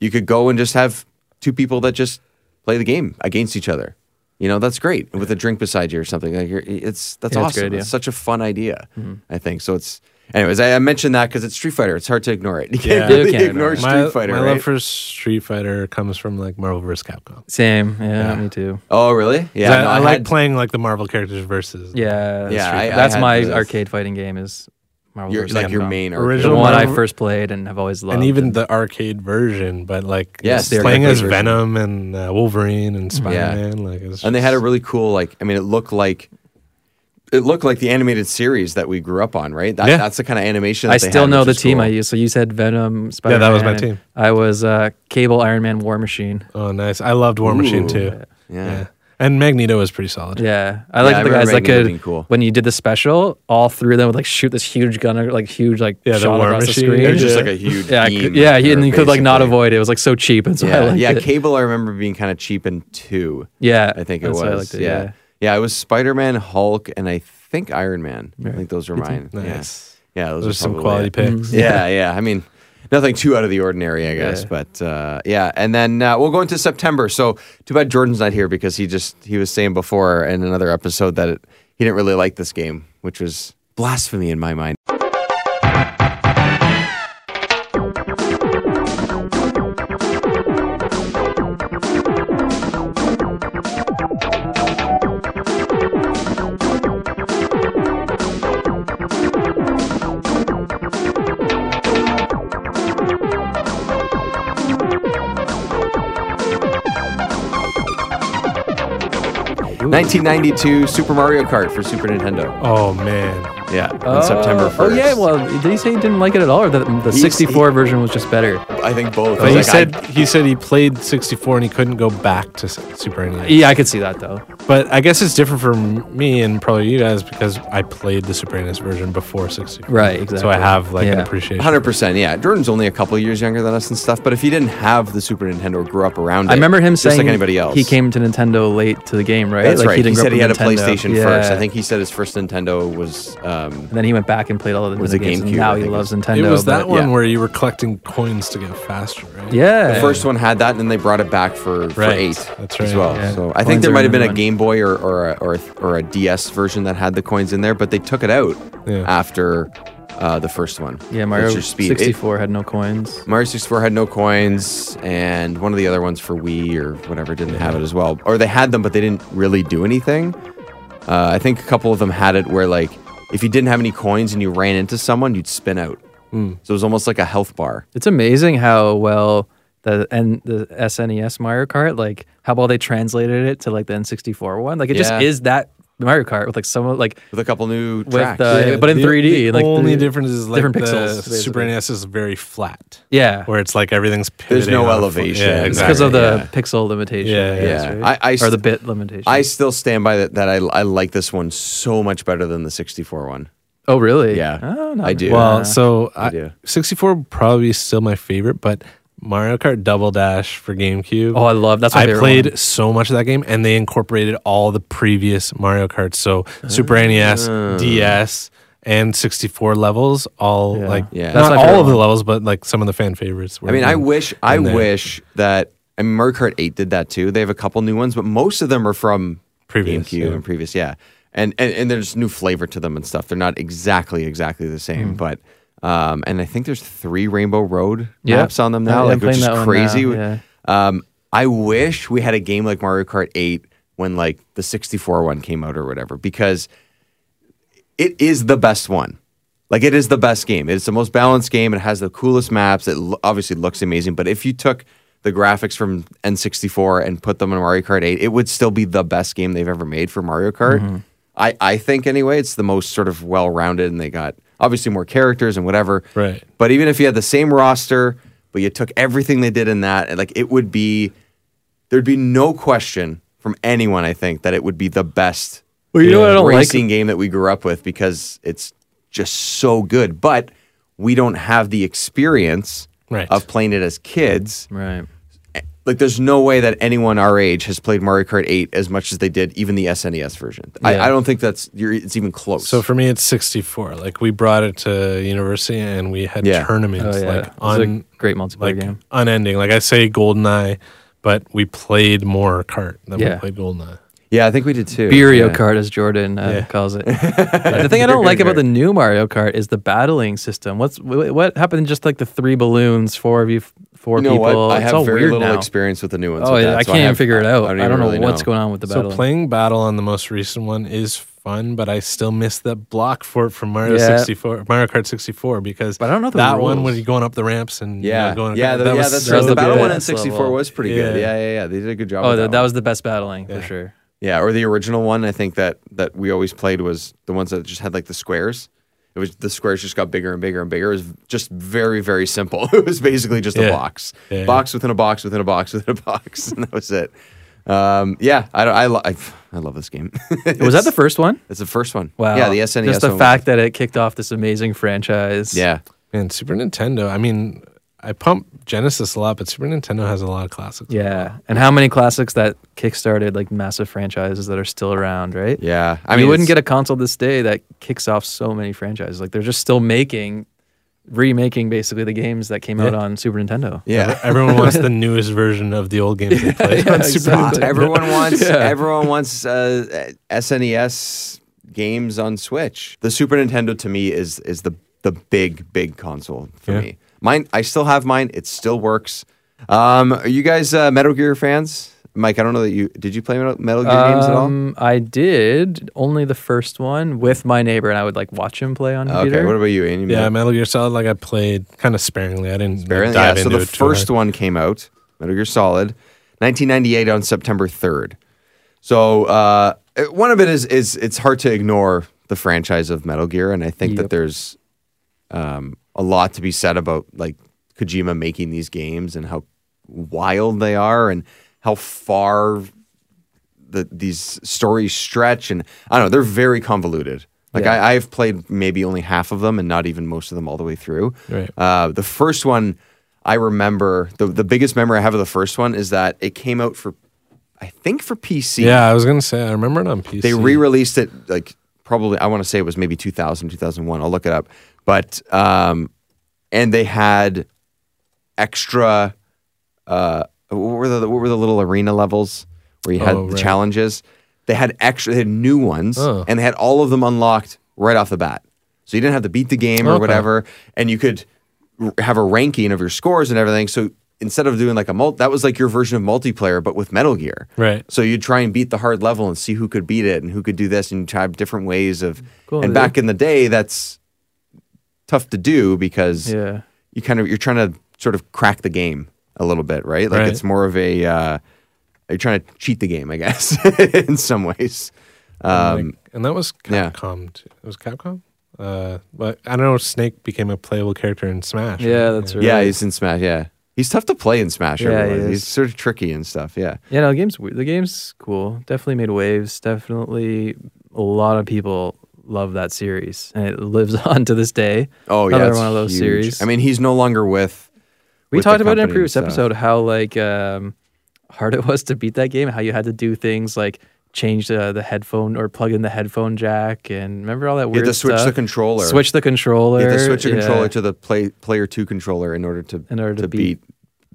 S5: You could go and just have two people that just play the game against each other. You know, that's great with a drink beside you or something. Like you're, it's that's
S6: Yeah, it's a
S5: awesome.
S6: good idea. Mm-hmm.
S5: It's such a fun idea. I think so. It's anyways. I, I mentioned that because it's Street Fighter. It's hard to ignore it. You can't
S6: You
S5: really
S6: can't
S5: ignore
S6: ignore it.
S5: Street
S7: my,
S5: Fighter.
S7: my
S5: right?
S7: love for Street Fighter comes from like Marvel vs. Capcom.
S6: Same. Yeah, me too.
S5: oh, really? Yeah,
S7: 'Cause I,
S5: no,
S7: I like
S5: had-
S7: playing like the Marvel characters versus.
S6: Yeah.
S5: Yeah,
S6: true.
S5: I- I
S6: that's
S5: had
S6: my
S5: those.
S6: arcade fighting game is Marvel
S5: your,
S6: vs.
S5: like your
S6: Capcom.
S5: main
S6: the
S7: Original
S6: one I
S7: Marvel-
S6: first played and have always loved.
S7: and even the arcade version, but like
S5: Yes,
S7: just
S5: the
S7: playing
S5: arcade
S7: as
S5: version.
S7: Venom and uh, Wolverine and
S6: Mm-hmm.
S7: Spider Man, like it's
S5: and they had a
S7: just-
S5: really cool like i mean it looked like it looked like the animated series that we grew up on right that,
S7: Yeah.
S5: that's the kind of animation that
S6: I
S5: they
S6: still
S5: had,
S6: know
S5: which
S6: the
S5: is
S6: team
S5: cool.
S6: I used. So you said Venom, Spider
S7: Yeah,
S6: Man.
S7: that was my team.
S6: I was uh, Cable, Iron Man, War Machine.
S7: oh nice. I loved War Machine
S5: Ooh.
S7: too.
S5: Yeah.
S7: and Magneto was pretty solid.
S6: Yeah, I like
S5: I
S6: the
S5: remember
S6: guys that
S5: Magneto
S6: could
S5: being cool.
S6: when you did the special, all three of them would like shoot this huge gun, like huge like
S7: Yeah, the
S6: shot
S7: War
S6: across
S7: Machine.
S6: the
S5: it
S6: screen.
S5: was just
S7: Yeah.
S5: like a huge
S6: yeah, I
S5: beam
S6: could- yeah,
S5: there,
S6: and you could like not
S5: basically.
S6: avoid it. It was like so cheap, and so I
S5: yeah
S6: liked
S5: yeah
S6: it.
S5: cable i remember being kind of cheap and two
S6: yeah,
S5: i think it
S6: that's
S5: was
S6: why I liked it,
S5: yeah.
S6: yeah.
S5: yeah it was spider-man hulk and i think iron man i think those were mine
S7: Nice.
S5: yeah, yeah those,
S7: Those
S5: are
S7: are some
S5: probably
S7: quality
S5: it. Mm-hmm.
S7: picks.
S5: yeah, yeah. I mean, nothing too out of the ordinary, I guess.
S6: Yeah.
S5: But uh, yeah, and then uh, we'll go into September. So too bad Jordan's not here because he just he was saying before in another episode that it, he didn't really like this game, which was blasphemy in my mind.
S6: Ooh.
S5: 1992 Super Mario Kart for Super Nintendo.
S7: Oh man.
S5: Yeah, on
S6: Oh,
S5: September 1st.
S6: Oh yeah, well, did he say he didn't like it at all, or that the
S5: He-
S6: 64 version was just better?
S5: I think both. I
S7: But
S5: was
S7: he
S5: like, I-
S7: said he said he played 64 and he couldn't go back to S- Super NES.
S6: Yeah, I could see that though.
S7: But I guess it's different for me and probably you guys because I played the Super NES version before 64.
S6: Right,
S7: So
S6: exactly.
S7: I have like an
S6: Yeah.
S7: appreciation.
S5: Hundred percent, yeah. Jordan's only a couple years younger than us and stuff, but if he didn't have the Super Nintendo, or grew up around it,
S6: I remember him
S5: just
S6: saying
S5: like anybody else.
S6: he came to Nintendo late to the game, right?
S5: That's
S6: Like,
S5: right. He,
S6: didn't grow
S5: said
S6: up
S5: he had
S6: with
S5: a
S6: Nintendo.
S5: PlayStation first.
S6: Yeah.
S5: I think he said his first Nintendo was um,
S6: And then he went back and played all the
S5: Was
S6: Nintendo
S5: a
S6: games,
S5: GameCube,
S6: and now
S5: I
S6: he
S5: think it
S6: loves
S5: was.
S6: Nintendo.
S7: It was that
S6: but-
S7: one
S5: yeah.
S7: where you were collecting coins to get faster, right?
S6: Yeah.
S5: The first one had that, and then they brought it back for, for
S7: Right.
S5: eight
S7: That's
S5: as
S7: right,
S5: well.
S6: yeah.
S5: So I think
S6: Coins
S5: there
S6: are
S5: might have been a
S6: another one.
S5: Game Boy or or a, or, a, or a DS version that had the coins in there, but they took it out
S7: Yeah.
S5: after uh, the first one.
S6: Yeah, Mario
S5: It's your speed. It-
S6: 64 had no coins.
S5: Mario 64 had no coins, and one of the other ones for Wii or whatever didn't have it as well. Or they had them, but they didn't really do anything. Uh, I think a couple of them had it where, like, if you didn't have any coins and you ran into someone, you'd spin out. So it was almost like a health bar.
S6: It's amazing how well the and the SNES Mario Kart, like how well they translated it to like the N64 one. Like it just
S5: Yeah.
S6: is that Mario Kart with like someone like
S5: With a couple new
S6: With,
S5: tracks.
S6: uh, Yeah, but in
S7: the-
S6: 3D,
S7: The
S6: like,
S7: only
S6: the-
S7: difference is like
S6: different
S7: the
S6: pixels,
S7: Super
S6: basically.
S7: NES is very flat.
S6: yeah,
S7: Where it's like everything's
S5: There's
S7: pivoting
S5: no
S7: off of-
S5: elevation.
S7: Yeah,
S6: it's
S7: exactly.
S6: because of the
S5: Exactly,
S6: pixel limitation.
S7: Yeah,
S6: I
S7: yeah.
S6: guess,
S5: Yeah.
S6: right?
S5: I- I
S6: or the
S5: st-
S6: bit limitation.
S5: I still stand by that. That I, I like this one so much better than the 64 one.
S6: oh really?
S5: Yeah,
S6: Oh, no.
S5: I do.
S7: Well, so I,
S5: do.
S7: 64 probably is still my favorite, but Mario Kart Double Dash for GameCube.
S6: Oh, I love that's my
S7: I
S6: favorite
S7: played
S6: one.
S7: so much of that game, and they incorporated all the previous Mario Karts, so
S5: Oh.
S7: Super E NES, DS, and 64 levels, all
S6: Yeah.
S7: like
S5: Yeah. That's
S6: my
S7: not all
S6: favorite
S7: of the
S6: one.
S7: levels, but like some of the fan favorites. Were
S5: I mean, I
S7: in-
S5: wish, I
S7: in there.
S5: wish that. I mean, Mario Kart 8 did that too. They have a couple new ones, but most of them are from
S7: Previous,
S5: GameCube
S7: yeah.
S5: and previous. Yeah, and, and and there's new flavor to them and stuff. They're not exactly exactly the same, but um, and I think there's three Rainbow Road
S6: Yeah.
S5: maps on them
S6: Yeah,
S5: now,
S6: I'm
S5: like which
S6: playing
S5: is
S6: that one
S5: crazy.
S6: now, yeah.
S5: Um, I wish we had a game like Mario Kart 8 when like the 64 one came out or whatever, because it is the best one. Like it is the best game. It's the most balanced game. It has the coolest maps. It lo- obviously looks amazing. But if you took the graphics from N64 and put them in Mario Kart 8, it would still be the best game they've ever made for Mario Kart.
S6: Mm-hmm.
S5: I, I think anyway, it's the most sort of well rounded, and they got obviously more characters and whatever.
S7: Right.
S5: But even if you had the same roster, but you took everything they did in that, and, like it would be, there'd be no question from anyone. I think that it would be the best
S6: Well, you know what I don't like
S5: racing game that we grew up with because it's just so good. But we don't have the experience
S7: Right.
S5: of playing it as kids.
S6: Right.
S5: Like, there's no way that anyone our age has played Mario Kart 8 as much as they did even the SNES version.
S6: Yeah.
S5: I, I don't think that's you're, it's even close.
S7: So for me, it's 64. Like we brought it to university, and we had
S5: Yeah.
S7: tournaments
S6: Oh yeah.
S7: like
S6: It's
S7: on
S6: a great multiplayer
S7: like
S6: game.
S7: unending. Like I say, GoldenEye, but we played more Kart than
S6: Yeah.
S7: we played GoldenEye.
S5: Yeah, I think we did too.
S6: Burio
S5: yeah.
S6: Kart, as Jordan uh,
S7: Yeah.
S6: calls it. the thing I don't like about the new Mario Kart is the battling system. What's wh- what happened? in Just like the three balloons, four of you, f- four
S5: You know
S6: people.
S5: what? I
S6: It's
S5: have
S6: all
S5: very
S6: weird
S5: little
S6: now.
S5: experience with the new ones.
S6: Oh,
S5: with
S6: yeah,
S5: that,
S6: I
S5: so
S6: can't even
S5: have-
S6: figure it out. I don't,
S5: even
S6: know
S5: really
S6: what's going on with the
S7: So
S6: battle.
S7: playing Battle on the most recent one is fun, but I still miss that block fort from Mario
S6: Yeah.
S7: 64, Mario Kart 64, because
S6: But I don't know the
S7: that one
S6: rules.
S7: when you're going up the ramps and you know,
S5: Yeah,
S7: going
S5: yeah, the,
S7: that
S5: yeah.
S7: was
S5: That's
S7: so
S5: right. The
S6: the
S5: battle one in
S6: best
S5: '64
S6: level.
S5: was pretty good.
S7: Yeah.
S5: Yeah, yeah, yeah. They did a good job.
S6: oh,
S5: with
S6: that,
S5: that,
S6: that
S5: one.
S6: was the best battling for
S7: Yeah.
S6: sure.
S5: Yeah, or the original one. I think that that we always played was the ones that just had like the squares. It was the squares just got bigger and bigger and bigger. It was just very very simple. It was basically just
S7: Yeah.
S5: a box,
S7: Yeah.
S5: box within a box within a box within a box, and that was it. Um, yeah, I don't, I, lo- I I love this game.
S6: Oh, Was that the first one?
S5: It's the first one.
S6: Wow.
S5: Yeah, the SNES.
S6: Just the
S5: one was-
S6: fact that it kicked off this amazing franchise.
S5: Yeah.
S7: Man, Super Nintendo. I mean, I pump Genesis a lot, but Super Nintendo has a lot of classics.
S6: Yeah. And how many classics that kickstarted like massive franchises that are still around, right?
S5: Yeah. I
S6: I
S5: mean,
S6: you wouldn't
S5: it's-
S6: get a console this day that kicks off so many franchises. Like they're just still making, remaking basically the games that came out on Super Nintendo.
S5: Yeah.
S7: E- Everyone wants the newest version of the old game they played on Super
S5: Uh,
S7: Nintendo.
S5: everyone wants everyone wants uh, SNES games on Switch. The Super Nintendo to me is is the the big big console for
S7: Yeah.
S5: me. Mine, I still have mine. It still works. Um, are you guys uh, Metal Gear fans? Mike, I don't know that you did you play Metal, Metal Gear games at all?
S6: Um, I did only the first one with my neighbor, and I would like watch him play on computer.
S5: Okay, what about you, Andy?
S7: Yeah, Metal Gear Solid. Like I played kind of sparingly. I didn't like,
S5: Baron-
S7: dive
S5: yeah, so
S7: into
S5: the
S7: it too hard.
S5: first one came out, Metal Gear Solid, 1998 on September 3rd. So uh, it- one of it is is it's hard to ignore the franchise of Metal Gear, and I think that
S6: Yep.
S5: there's um, a lot to be said about like Kojima making these games and how wild they are and how far the, these stories stretch and I don't know, they're very convoluted. Like I, I've played maybe only half of them and not even most of them all the way through.
S7: Right.
S5: Uh, the first one I remember the the biggest memory I have of the first one is that it came out for I think for PC.
S7: Yeah, I was gonna say I remember it on PC.
S5: They re-released it like probably I want to say it was maybe 2000 2001. I'll look it up. But um and they had extra uh what were the what were the little arena levels where you had
S7: Oh,
S5: the
S7: right.
S5: challenges? They had extra they had new ones
S7: Oh.
S5: and they had all of them unlocked right off the bat. So you didn't have to beat the game or
S7: Okay.
S5: whatever and you could r- have a ranking of your scores and everything. So instead of doing like a multi that was like your version of multiplayer but with Metal Gear.
S7: Right.
S5: So you'd try and beat the hard level and see who could beat it and who could do this and you'd try different ways of
S6: Cool,
S5: and
S6: dude.
S5: back in the day that's tough to do because
S6: Yeah.
S5: you kind of you're trying to sort of crack the game a little bit, right? Like
S7: Right.
S5: it's more of a uh, you're trying to cheat the game, I guess, in some ways.
S7: And, like- and that was
S5: um, yeah.
S7: Capcom. Too. It was Capcom. Uh, but I don't know. Snake became a playable character in Smash.
S6: Yeah, that's right.
S5: Yeah, he's in Smash. Yeah, he's tough to play in Smash.
S6: Yeah,
S5: everyone.
S6: he
S5: he's
S6: is.
S5: sort of tricky and stuff. Yeah,
S6: Yeah, no, the game's we- the game's cool. Definitely made waves. Definitely, a lot of people love that series, and it lives on to this day.
S5: oh yeah,
S6: another
S5: it's
S6: one of those
S5: huge.
S6: series.
S5: I mean, he's no longer with.
S6: we
S5: with the
S6: talked about it in
S5: company
S6: a
S5: and
S6: previous
S5: stuff.
S6: episode how like um, hard it was to beat that game. How you had to do things like change the, the headphone or plug in the headphone jack, and remember all that
S5: You
S6: weird
S5: had to switch the
S6: stuff?
S5: controller.
S6: Switch the controller.
S5: You had to switch the
S6: yeah.
S5: controller to the play, player two controller in order to
S6: uh, In order to
S5: beat,
S6: beat-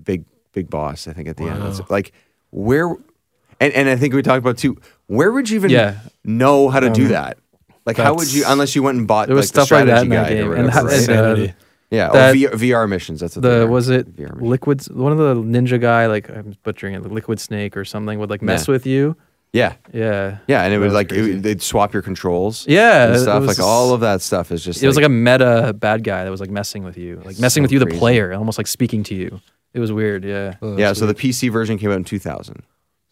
S5: big big boss. I think at the end, That's- like where, and and I think we talked about too. Where would you even
S6: Yeah. Um,
S5: know how to do that? Like how would you
S6: that's-
S5: unless you went and bought
S6: There was
S5: like, the
S6: stuff like
S5: strategy
S6: that in that
S5: guide or
S6: game,
S5: whatever,
S6: and, that,
S5: right?
S6: and uh,
S7: Insanity.
S5: yeah,
S6: that-
S5: oh, VR, missions. That's what they
S6: the
S5: are.
S6: was it
S5: VR missions.
S6: liquids one of the ninja guy like I'm butchering it liquid snake or something would like mess
S5: Yeah.
S6: with you.
S5: yeah,
S6: Yeah.
S5: yeah, and it
S6: That
S5: would
S6: was
S5: like it,
S6: crazy.
S5: would- they'd swap your controls.
S6: Yeah,
S5: and
S6: it
S5: stuff
S6: was
S5: like
S6: just-
S5: all of that stuff is just.
S6: It was like a meta bad guy that was like messing with you, like messing
S5: so
S6: with you, the
S5: crazy.
S6: player, almost like speaking to you. It was weird. Yeah.
S7: Uh,
S5: yeah. So the PC version came out in 2000. So it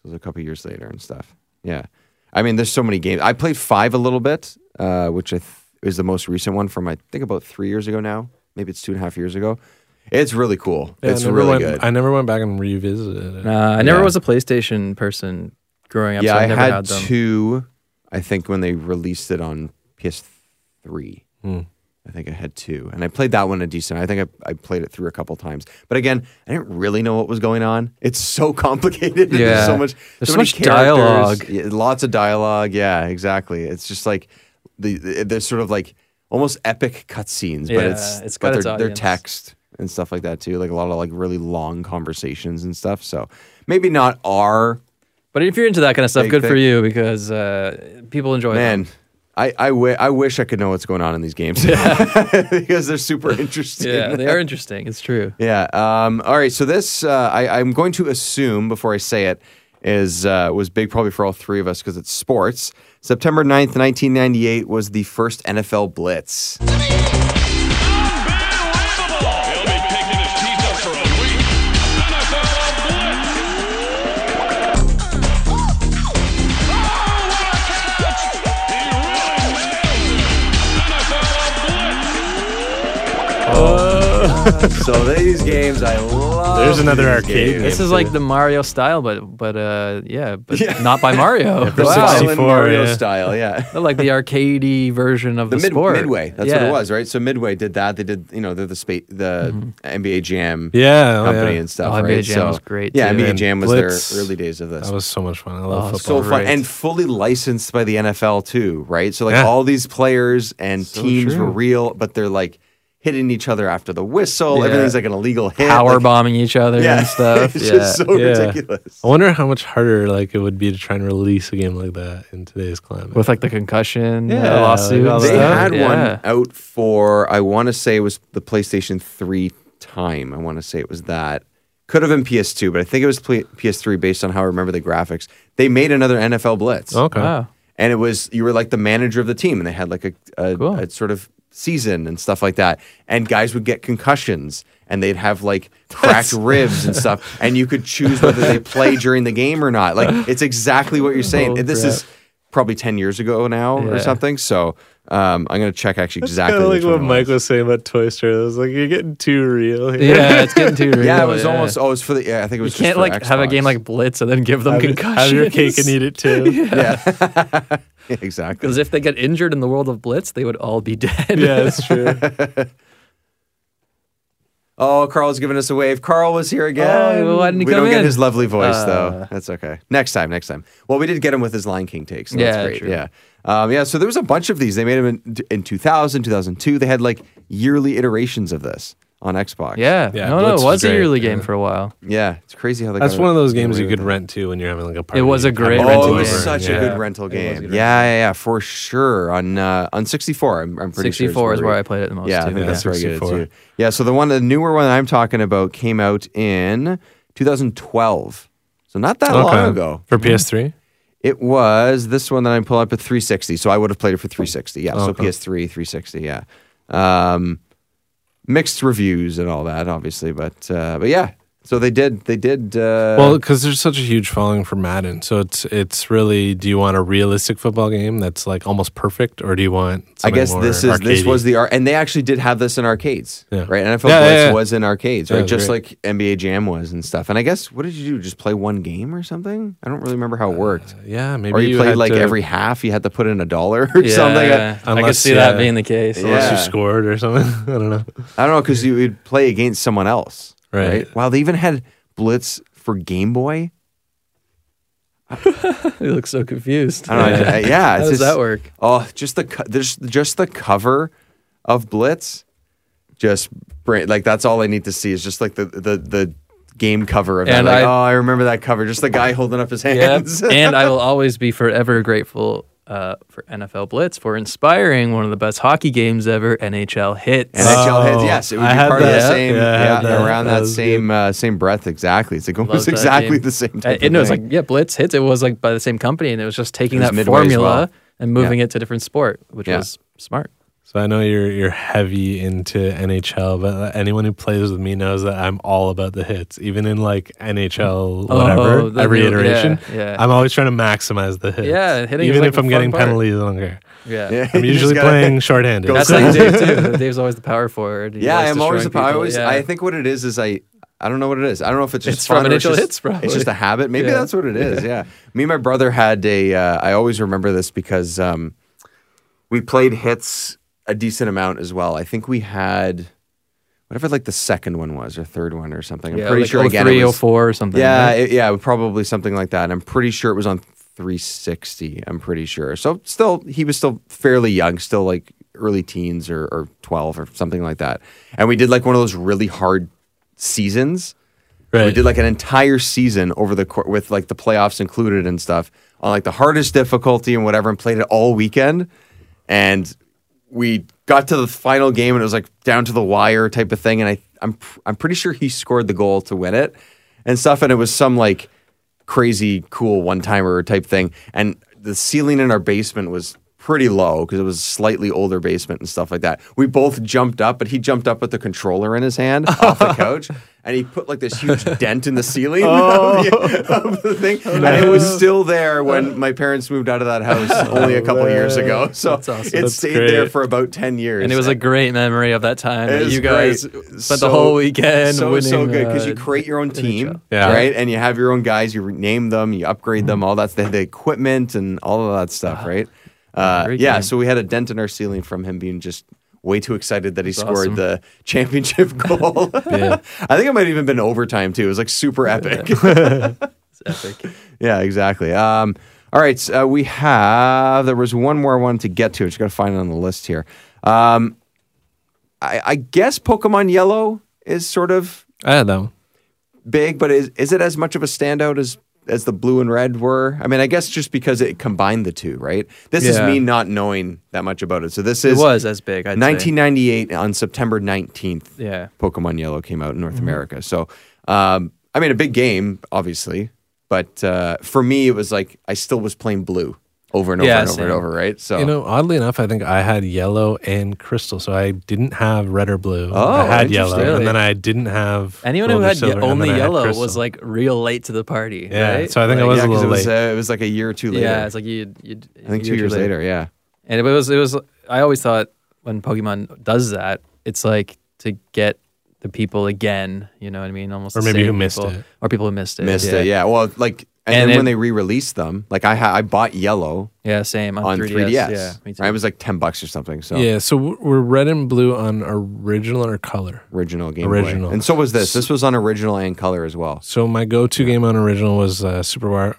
S5: was a couple years later and stuff. Yeah, I mean, there's so many games. I played five a little bit, uh, which I th- is the most recent one from I think about three years ago now. Maybe it's two and a half years ago. It's really cool.
S7: Yeah, I
S5: it's
S7: never
S5: really
S7: went-
S5: good.
S7: I never went back and revisited it.
S6: Uh, I never
S5: Yeah.
S6: was a PlayStation person growing up.
S5: yeah,
S6: so I,
S5: I
S6: never
S5: had,
S6: had, them.
S5: two. I think when they released it on PS3.
S6: Hmm.
S5: I think I had two, and I played that one a decent. I think I, I played it through a couple times, but again, I didn't really know what was going on. It's so complicated. There's
S6: Yeah.
S5: so much.
S6: There's so
S5: many
S6: much
S5: characters.
S6: dialogue.
S5: Yeah, lots of dialogue. Yeah, exactly. It's just like the, the there's sort of like almost epic cutscenes, but
S6: Yeah,
S5: it's,
S6: it's
S5: but
S6: got its
S5: they're, they're
S6: audience.
S5: text and stuff like that too. Like a lot of like really long conversations and stuff. So maybe not our
S6: But if you're into that kind of stuff,
S5: Big
S6: good for
S5: thing.
S6: you because uh, people enjoy
S5: Man,
S6: them.
S5: I I wi- I wish I could know what's going on in these games because they're super interesting.
S6: Yeah, they are interesting. It's true.
S5: Yeah. Um, all right. So this, uh, I, I'm going to assume before I say it, is uh, was big probably for all three of us because it's sports. September 9th, 1998 was the first NFL Blitz.
S8: He'll be kicking his teeth up for a week. NFL Blitz. Oh, what a catch! He really nailed it. NFL Blitz.
S5: so these games, I love.
S7: There's another
S5: these
S7: arcade
S5: games.
S7: game.
S6: This is like the Mario style, but but uh, yeah, but not by Mario.
S7: for
S6: Wow.
S5: Island
S7: 64,
S5: Mario
S7: yeah.
S5: style. Yeah.
S6: They're like the arcadey version of the,
S5: The mid-
S6: sport.
S5: midway, that's what
S6: Yeah. Mm-hmm.
S5: it was, right? So midway did that. They did, you know, they're the spa- the NBA Jam
S7: Yeah, oh,
S5: company
S7: yeah.
S5: and stuff.
S6: Oh, NBA
S5: right?
S6: Jam
S5: so,
S6: was great,
S5: Yeah,
S6: too.
S5: NBA
S7: And
S5: Jam was
S7: Blitz,
S5: their early days of this.
S7: That was so much fun. I
S6: Oh,
S7: love
S5: so
S7: football.
S5: fun
S6: Great.
S5: and fully licensed by the NFL too, right? So like
S7: Yeah.
S5: all these players and
S6: So
S5: teams were
S6: true.
S5: real, but they're like hitting each other after the whistle.
S6: Yeah.
S5: Everything's like an illegal hit.
S6: Power
S5: like,
S6: bombing each other
S5: yeah,
S6: and stuff.
S5: it's
S6: yeah.
S5: just so
S7: Yeah.
S5: ridiculous.
S7: I wonder how much harder like it would be to try and release a game like that in today's climate.
S6: With like the concussion
S7: Yeah,
S6: uh, lawsuit.
S7: like all
S6: and
S5: They
S7: that.
S6: stuff.
S5: had
S6: Yeah.
S5: one out for I want to say it was the PlayStation Three time. I want to say it was that. Could have been PS2, but I think it was pl- PS3 based on how I remember the graphics. They made another NFL Blitz.
S7: okay.
S6: Wow.
S5: and it was you were like the manager of the team and they had like a, a,
S6: Cool.
S5: a sort of season and stuff like that and guys would get concussions and they'd have like cracked ribs and stuff and you could choose whether they play during the game or not like it's exactly what you're saying
S6: Holy
S5: this is probably 10 years ago now or
S6: Yeah.
S5: something so um, i'm going to check actually exactly
S7: Kind of
S5: which
S7: like
S5: one
S7: what
S5: it
S7: Mike
S5: was.
S7: was saying about Toy Story. It was like you're getting too real. Here.
S6: Yeah, it's getting too real.
S5: yeah it was
S6: yeah.
S5: almost oh it was for the yeah i think it
S6: You
S5: was just
S6: can't
S5: for
S6: like have a
S5: Xbox.
S6: game like Blitz and then give them
S7: Have, it-
S6: concussions.
S7: have your cake and eat it too.
S5: yeah exactly
S6: Because if they get injured in the world of Blitz, they would all be dead.
S7: yeah, that's true.
S5: oh carl's giving us a wave carl was here again
S6: Oh, why didn't he
S5: we
S6: come
S5: don't get
S6: in?
S5: his lovely voice though.
S6: Uh.
S5: That's okay. Next time, next time. Well, we did get him with his Lion King takes. So
S6: Yeah,
S5: that's great.
S6: true.
S5: Yeah. Um, yeah, so there was a bunch of these. They made them in, in 2000, 2002. They had like yearly iterations of this on Xbox.
S6: Yeah.
S7: Yeah,
S6: no, no,
S7: Blitz
S6: it
S7: was
S6: was a
S7: great,
S6: yearly
S7: yeah.
S6: game for a while.
S5: Yeah, it's crazy how they
S7: That's
S5: got
S7: one of those
S5: away
S7: games you
S5: with
S7: could
S5: it.
S7: rent to when you're having like a party.
S6: was a
S7: Have
S6: great
S7: it
S6: rental
S5: Oh, it
S7: over.
S5: was
S6: game.
S5: such a
S7: Yeah.
S5: good rental game. Yeah, yeah, yeah, for sure. On uh, on 64, I'm, I'm pretty sure.
S6: 64 is where I played it the most.
S5: Yeah, I
S6: too.
S5: think that's where I get it
S7: 64.
S5: too. Yeah, so the one, the newer one that I'm talking about came out in 2012. So not that long ago.
S7: for PS3.
S5: It was this one that I'm pulling up at 360. So I would have played it for 360. Yeah. So
S7: Okay.
S5: PS3, 360. Yeah. Um, mixed reviews and all that, obviously. But uh, but yeah. So they did. They did. Uh,
S7: Well, because there's such a huge following for Madden, so it's it's really. Do you want a realistic football game that's like almost perfect, or do you want?
S5: I
S7: something
S5: guess
S7: more
S5: this is this
S7: arcadey?
S5: was the art, and they actually did have this in arcades,
S7: Yeah.
S5: right? NFL
S7: Yeah, yeah,
S5: Blitz
S7: yeah.
S5: was in arcades,
S7: Yeah,
S5: right?
S7: it was
S5: Just
S7: great.
S5: like NBA Jam was and stuff. And I guess what did you do? Just play one game or something? I don't really remember how it worked.
S7: yeah. Maybe
S5: or you,
S7: had
S5: played like
S7: to-
S5: every half. You had to put in a dollar or something.
S6: Yeah, I could
S7: Unless,
S6: see
S7: yeah.
S6: that being the case.
S5: Yeah.
S7: unless you scored or something. I don't know.
S5: I don't know because you would play against someone else, right?
S7: Right.
S5: Wow, they even had Blitz for Game Boy.
S6: You look so confused.
S5: I don't know. I- I- yeah,
S6: How
S5: it's
S6: does
S5: just-
S6: that work?
S5: Oh, just the co- there's just the cover of Blitz. Just bring, like that's all I need to see is just like the the the game cover of it.
S6: And
S5: Like,
S6: I-
S5: oh, I remember that cover. Just the guy holding up his
S6: Yep.
S5: hands.
S6: and I will always be forever grateful uh, for NFL Blitz for inspiring one of the best hockey games ever, NHL Hits. Uh,
S5: NHL hits,
S7: Oh,
S5: yes, it would
S7: I
S5: be
S7: had
S5: part of the
S7: that.
S5: same,
S7: Yeah, I
S5: yeah,
S7: had that.
S5: around
S7: That
S5: that,
S7: was
S5: same uh, same breath, exactly. It's like
S6: Love
S5: almost
S6: that
S5: exactly
S6: game.
S5: the same.
S6: Uh,
S5: Type
S6: it,
S5: of
S6: no, it's
S5: thing.
S6: like yeah, Blitz Hits. It was like by the same company, and it was just taking
S5: It was
S6: that
S5: Midway as
S6: formula
S5: well.
S6: and moving it to different sport, which
S5: Yeah.
S6: was smart.
S7: So I know you're you're heavy into NHL, but anyone who plays with me knows that I'm all about the hits, even in like NHL
S6: Oh,
S7: whatever
S6: the
S7: every
S6: new-
S7: iteration.
S6: yeah, yeah.
S7: I'm always trying to maximize the hits.
S6: Yeah, hitting is
S7: even
S6: like
S7: if
S6: the
S7: I'm
S6: fun
S7: getting
S6: part.
S7: penalties longer.
S5: Yeah.
S6: Yeah.
S5: You
S7: I'm
S5: just
S7: usually
S5: gotta-
S7: playing shorthanded.
S6: That's like Dave too. Dave's always the power forward. He's
S5: Yeah, I'm always a
S6: destroying
S5: power. I
S6: people.
S5: always,
S6: Yeah.
S5: I think what it is is I. I don't know what it is. I don't know if it's just
S6: It's
S5: fun
S6: from
S5: or it's
S6: NHL
S5: just,
S6: hits, probably.
S5: It's just a habit. Maybe
S6: Yeah.
S5: that's what it is. Yeah. Me and my brother had a. Uh, I always remember this because um, we played hits a decent amount as well. I think we had whatever like the second one was or third one or something. I'm
S6: Yeah,
S5: pretty
S6: like
S5: sure again it
S6: 03,
S5: was
S6: 04 or something.
S5: yeah,
S6: right?
S5: it- yeah, probably something like that. And I'm pretty sure it was on 360. I'm pretty sure. So still, he was still fairly young, still like early teens or, or 12 or something like that. And we did like one of those really hard seasons
S7: Right.
S5: We did like an entire season over the cour with like the playoffs included and stuff on like the hardest difficulty and whatever, and played it all weekend. And we got to the final game, and it was like down to the wire type of thing. And I, I'm, pr- I'm pretty sure he scored the goal to win it and stuff. And it was some like crazy cool one timer type thing. And the ceiling in our basement was pretty low because it was a slightly older basement and stuff like that. We both jumped up, but he jumped up with the controller in his hand off the couch. And he put like this huge dent in the ceiling of, the,
S7: Oh.
S5: of the thing. And it was still there when my parents moved out of that house only a couple years ago. So it
S7: Oh, That's
S5: stayed there
S7: great.
S5: for about 10 years.
S6: And it was a great memory of that time.
S5: It
S6: that
S5: is
S6: you guys
S5: great.
S6: spent the whole weekend
S5: So
S6: winning.
S5: so good because
S6: uh,
S5: you create your own team,
S7: Yeah.
S5: right? And you have your own guys. You name them, you upgrade them,
S6: Mm-hmm.
S5: all that. They have the equipment and all of that stuff, right? Uh,
S6: Ah, Great
S5: yeah.
S6: game.
S5: So we had a dent in our ceiling from him being just way too excited that he scored
S6: awesome.
S5: the championship goal. I think it might have even been overtime too. It was like super epic.
S6: epic.
S5: yeah, exactly. Um, all right, uh, we have. There was one more I wanted to get to. I just got to find it on the list here. Um, I, I guess Pokemon Yellow is sort of
S7: I had that one.
S5: big, but is is it as much of a standout as as the blue and red were? I mean, I guess just because it combined the two, right? This is
S7: Yeah.
S5: me not knowing that much about it. So this
S6: It
S5: is
S6: was as big. I'd say.
S5: 1998 on September 19th.
S6: Yeah. Mm-hmm.
S5: Pokemon Yellow came out in North America. So, um, I mean, a big game, obviously, but uh, for me, it was like I still was playing blue over and over
S6: Yeah,
S5: and over and
S6: same.
S5: over, right? So,
S7: You know, oddly enough, I think I had yellow and crystal, so I didn't have red or blue. I had yellow,
S6: interesting.
S7: and then I didn't have
S6: Anyone
S7: gold
S6: who
S7: or
S6: had ye-
S7: silver, and
S6: only
S7: then I had
S6: yellow was
S7: crystal.
S6: like real late to the party.
S7: yeah.
S6: right?
S7: So I think I
S6: Like,
S7: was
S5: yeah,
S7: a
S5: 'cause
S7: little
S5: it was
S7: late.
S5: uh, it was like a year or two later.
S6: Yeah, it's like you. you
S5: I think two years later. Yeah,
S6: And it was it was I always thought when Pokemon does that, it's like to get the people again. You know what I mean? Almost
S7: Or
S6: the
S7: maybe who
S6: same
S7: missed
S6: people,
S7: it.
S6: or people who missed it.
S5: missed
S6: yeah.
S5: it. Yeah, well, like. And,
S6: And
S5: then when
S6: it-
S5: they re-released them, like I ha- I bought yellow
S6: Yeah, same on,
S5: on 3DS.
S6: Yeah, me too.
S5: Right, It was like 10 bucks or something. So
S7: Yeah, so w- were red and blue on original or color?
S5: original Game
S7: Original.
S5: Boy. And so was this. This was on original and color as well.
S7: So my go-to game on original was uh, Super War-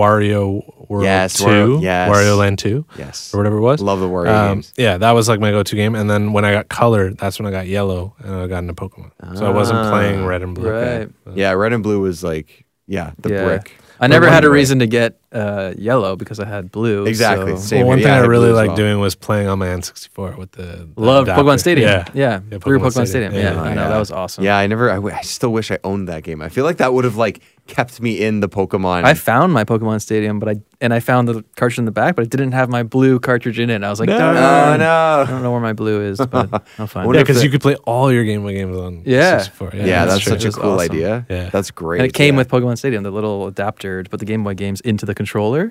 S7: Wario World
S5: Yes,
S7: Two,
S5: Wario- yes.
S7: Wario Land Two,
S5: Yes.
S7: or whatever it was. Um,
S5: Love the Wario games.
S7: Yeah, that was like my go-to game. And then when I got color, that's when I got yellow and I got into Pokemon. So I
S5: Ah,
S7: wasn't playing red and blue.
S6: right.
S5: Yeah, red and blue was like, yeah, the
S6: yeah.
S5: brick.
S6: I never had a
S5: Brick.
S6: reason to get uh, yellow because I had blue.
S5: Exactly.
S6: so-
S5: Same.
S7: Well, one
S5: Yeah,
S7: thing
S5: I
S7: I
S5: had
S7: really
S5: blue as
S7: liked
S5: well.
S7: doing was playing on my N64 with the, the
S6: Loved
S7: adapter.
S6: Pokemon Stadium.
S7: Yeah,
S6: yeah. we were Pokemon Stadium. Yeah,
S7: yeah.
S6: I know that was awesome.
S5: Yeah, I never, I, w- I still wish I owned that game. I feel like that would have like kept me in the Pokemon.
S6: I found my Pokemon Stadium, but I and I found the cartridge in the back, but it didn't have my blue cartridge in it. And I was like,
S5: oh,
S6: darn. I
S5: no.
S6: don't know where my blue is, but I'll find
S5: What
S6: it.
S7: Yeah,
S5: if
S7: because
S5: the-
S7: you could play all your Game Boy games on
S6: Yeah.
S7: 64.
S5: Yeah,
S6: that's
S5: that's,
S6: true.
S5: such a
S6: It was
S5: cool
S6: awesome.
S5: idea.
S7: Yeah.
S5: That's great.
S6: And it came
S5: yeah.
S6: with Pokemon Stadium, the little adapter to put the Game Boy games into the controller,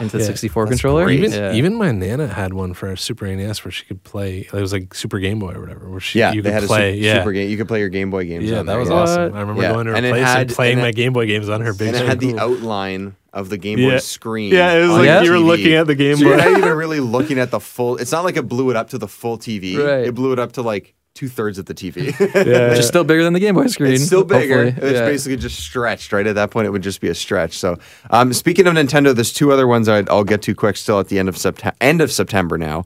S6: into the 64 controller.
S5: Oh, great.
S7: Even
S6: yeah.
S7: even my nana had one for Super NES where she could play. It was like Super Game Boy or whatever. Where she
S5: Yeah,
S7: you
S5: they had
S7: could play.
S5: a super,
S7: yeah,
S5: super game. You could play your Game Boy games.
S7: yeah,
S5: on
S7: that
S5: there,
S7: was
S5: yeah.
S7: awesome. I remember
S5: Yeah,
S7: going to
S5: and it
S7: replace
S5: had-
S7: and playing
S5: and it-
S7: my Game Boy games on her big
S5: And it
S7: screen.
S5: had the outline of the Game Boy
S7: Yeah.
S5: screen.
S7: Yeah, it was
S5: on your
S7: like you were
S5: TV.
S7: looking at the Game
S5: So you're
S7: Boy.
S5: not even really looking at the full. It's not like it blew it up to the full TV.
S6: Right.
S5: It blew it up to like two thirds of the TV.
S6: Which is still bigger than the Game Boy screen.
S5: It's still bigger.
S6: hopefully.
S5: It's
S6: Yeah.
S5: basically just stretched, right? At that point, it would just be a stretch. So, um, speaking of Nintendo, there's two other ones I'd, I'll get to quick. Still at the end of September, end of September now.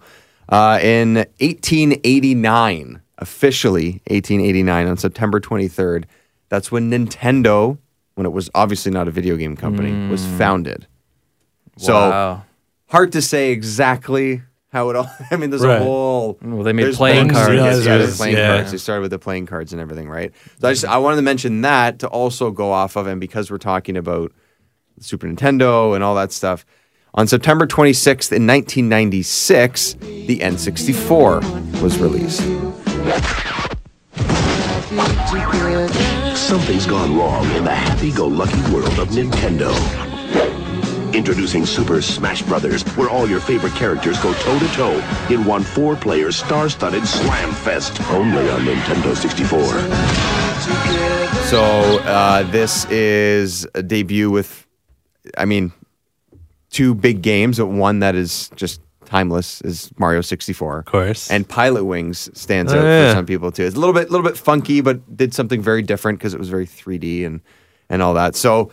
S5: Uh, in 1889, officially 1889, on September 23rd, that's when Nintendo, when it was obviously not a video game company, was founded. So
S6: Mm. Wow.
S5: hard to say exactly how it all. I mean, there's
S7: Right.
S5: a whole.
S6: Well, they made
S5: there's
S6: playing
S5: banks,
S6: cards.
S5: yes, Yeah,
S7: Yeah.
S5: there's playing
S7: Yeah.
S5: cards. They started with the playing cards and everything, right? So I just I wanted to mention that to also go off of, and because we're talking about Super Nintendo and all that stuff. On September 26th in 1996, the N64 was released.
S9: Something's gone wrong in the happy-go-lucky world of Nintendo. Introducing Super Smash Bros., where all your favorite characters go toe-to-toe in one four-player star-studded slam fest, only on Nintendo 64.
S5: So uh, this is a debut with, I mean, two big games. but One that is just timeless is Mario 64, of
S7: course.
S5: and Pilot Wings stands
S7: Oh,
S5: out
S7: yeah.
S5: for some people too. It's a little bit, little bit funky, but did something very different because it was very 3D and and all that. So.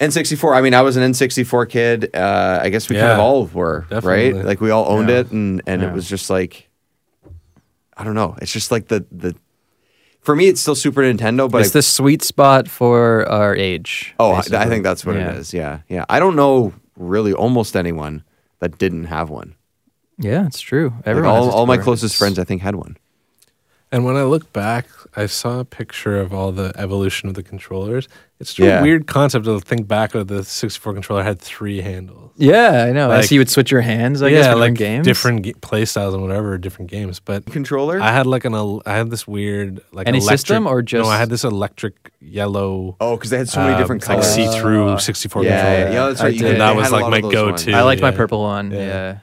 S5: N64. I mean, I was an N64 kid. Uh, I guess we kind of
S7: Yeah.
S5: all were,
S7: Definitely.
S5: right? Like we all owned it, and and it was just like, I don't know. It's just like the the for me, it's still Super Nintendo, but
S6: It's
S5: I-
S6: the sweet spot for our age.
S5: oh, I- I
S6: basically.
S5: think that's what
S6: Yeah.
S5: it is. Yeah, yeah. I don't know really almost anyone that didn't have one.
S6: Yeah, it's true.
S5: Like,
S6: Everyone.
S5: all all my closest friends, I think, had one.
S7: And when I look back, I saw a picture of all the evolution of the controllers. It's just
S5: Yeah.
S7: a weird concept to think back of the 64 controller had three handles.
S6: Yeah, I know.
S7: Like-
S6: so you would switch your hands, I guess, for
S7: like
S6: different games.
S7: different ge- play styles and whatever, different games. But
S5: Controller?
S7: I had like an el- I had this weird like
S6: Any
S7: electric,
S6: system or just-
S7: no? I had this electric yellow,
S5: Oh, because they had so many
S7: uh,
S5: different
S7: like
S5: colors.
S7: see through 64
S5: yeah,
S7: controller.
S5: yeah, yeah, that's
S6: I
S5: right. you
S6: did.
S5: did.
S6: And that
S5: They
S7: was
S5: had a
S7: like
S5: lot
S7: my
S5: of those
S7: go-to.
S5: ones.
S6: I liked my
S7: Yeah.
S6: purple one. Yeah.
S7: Yeah.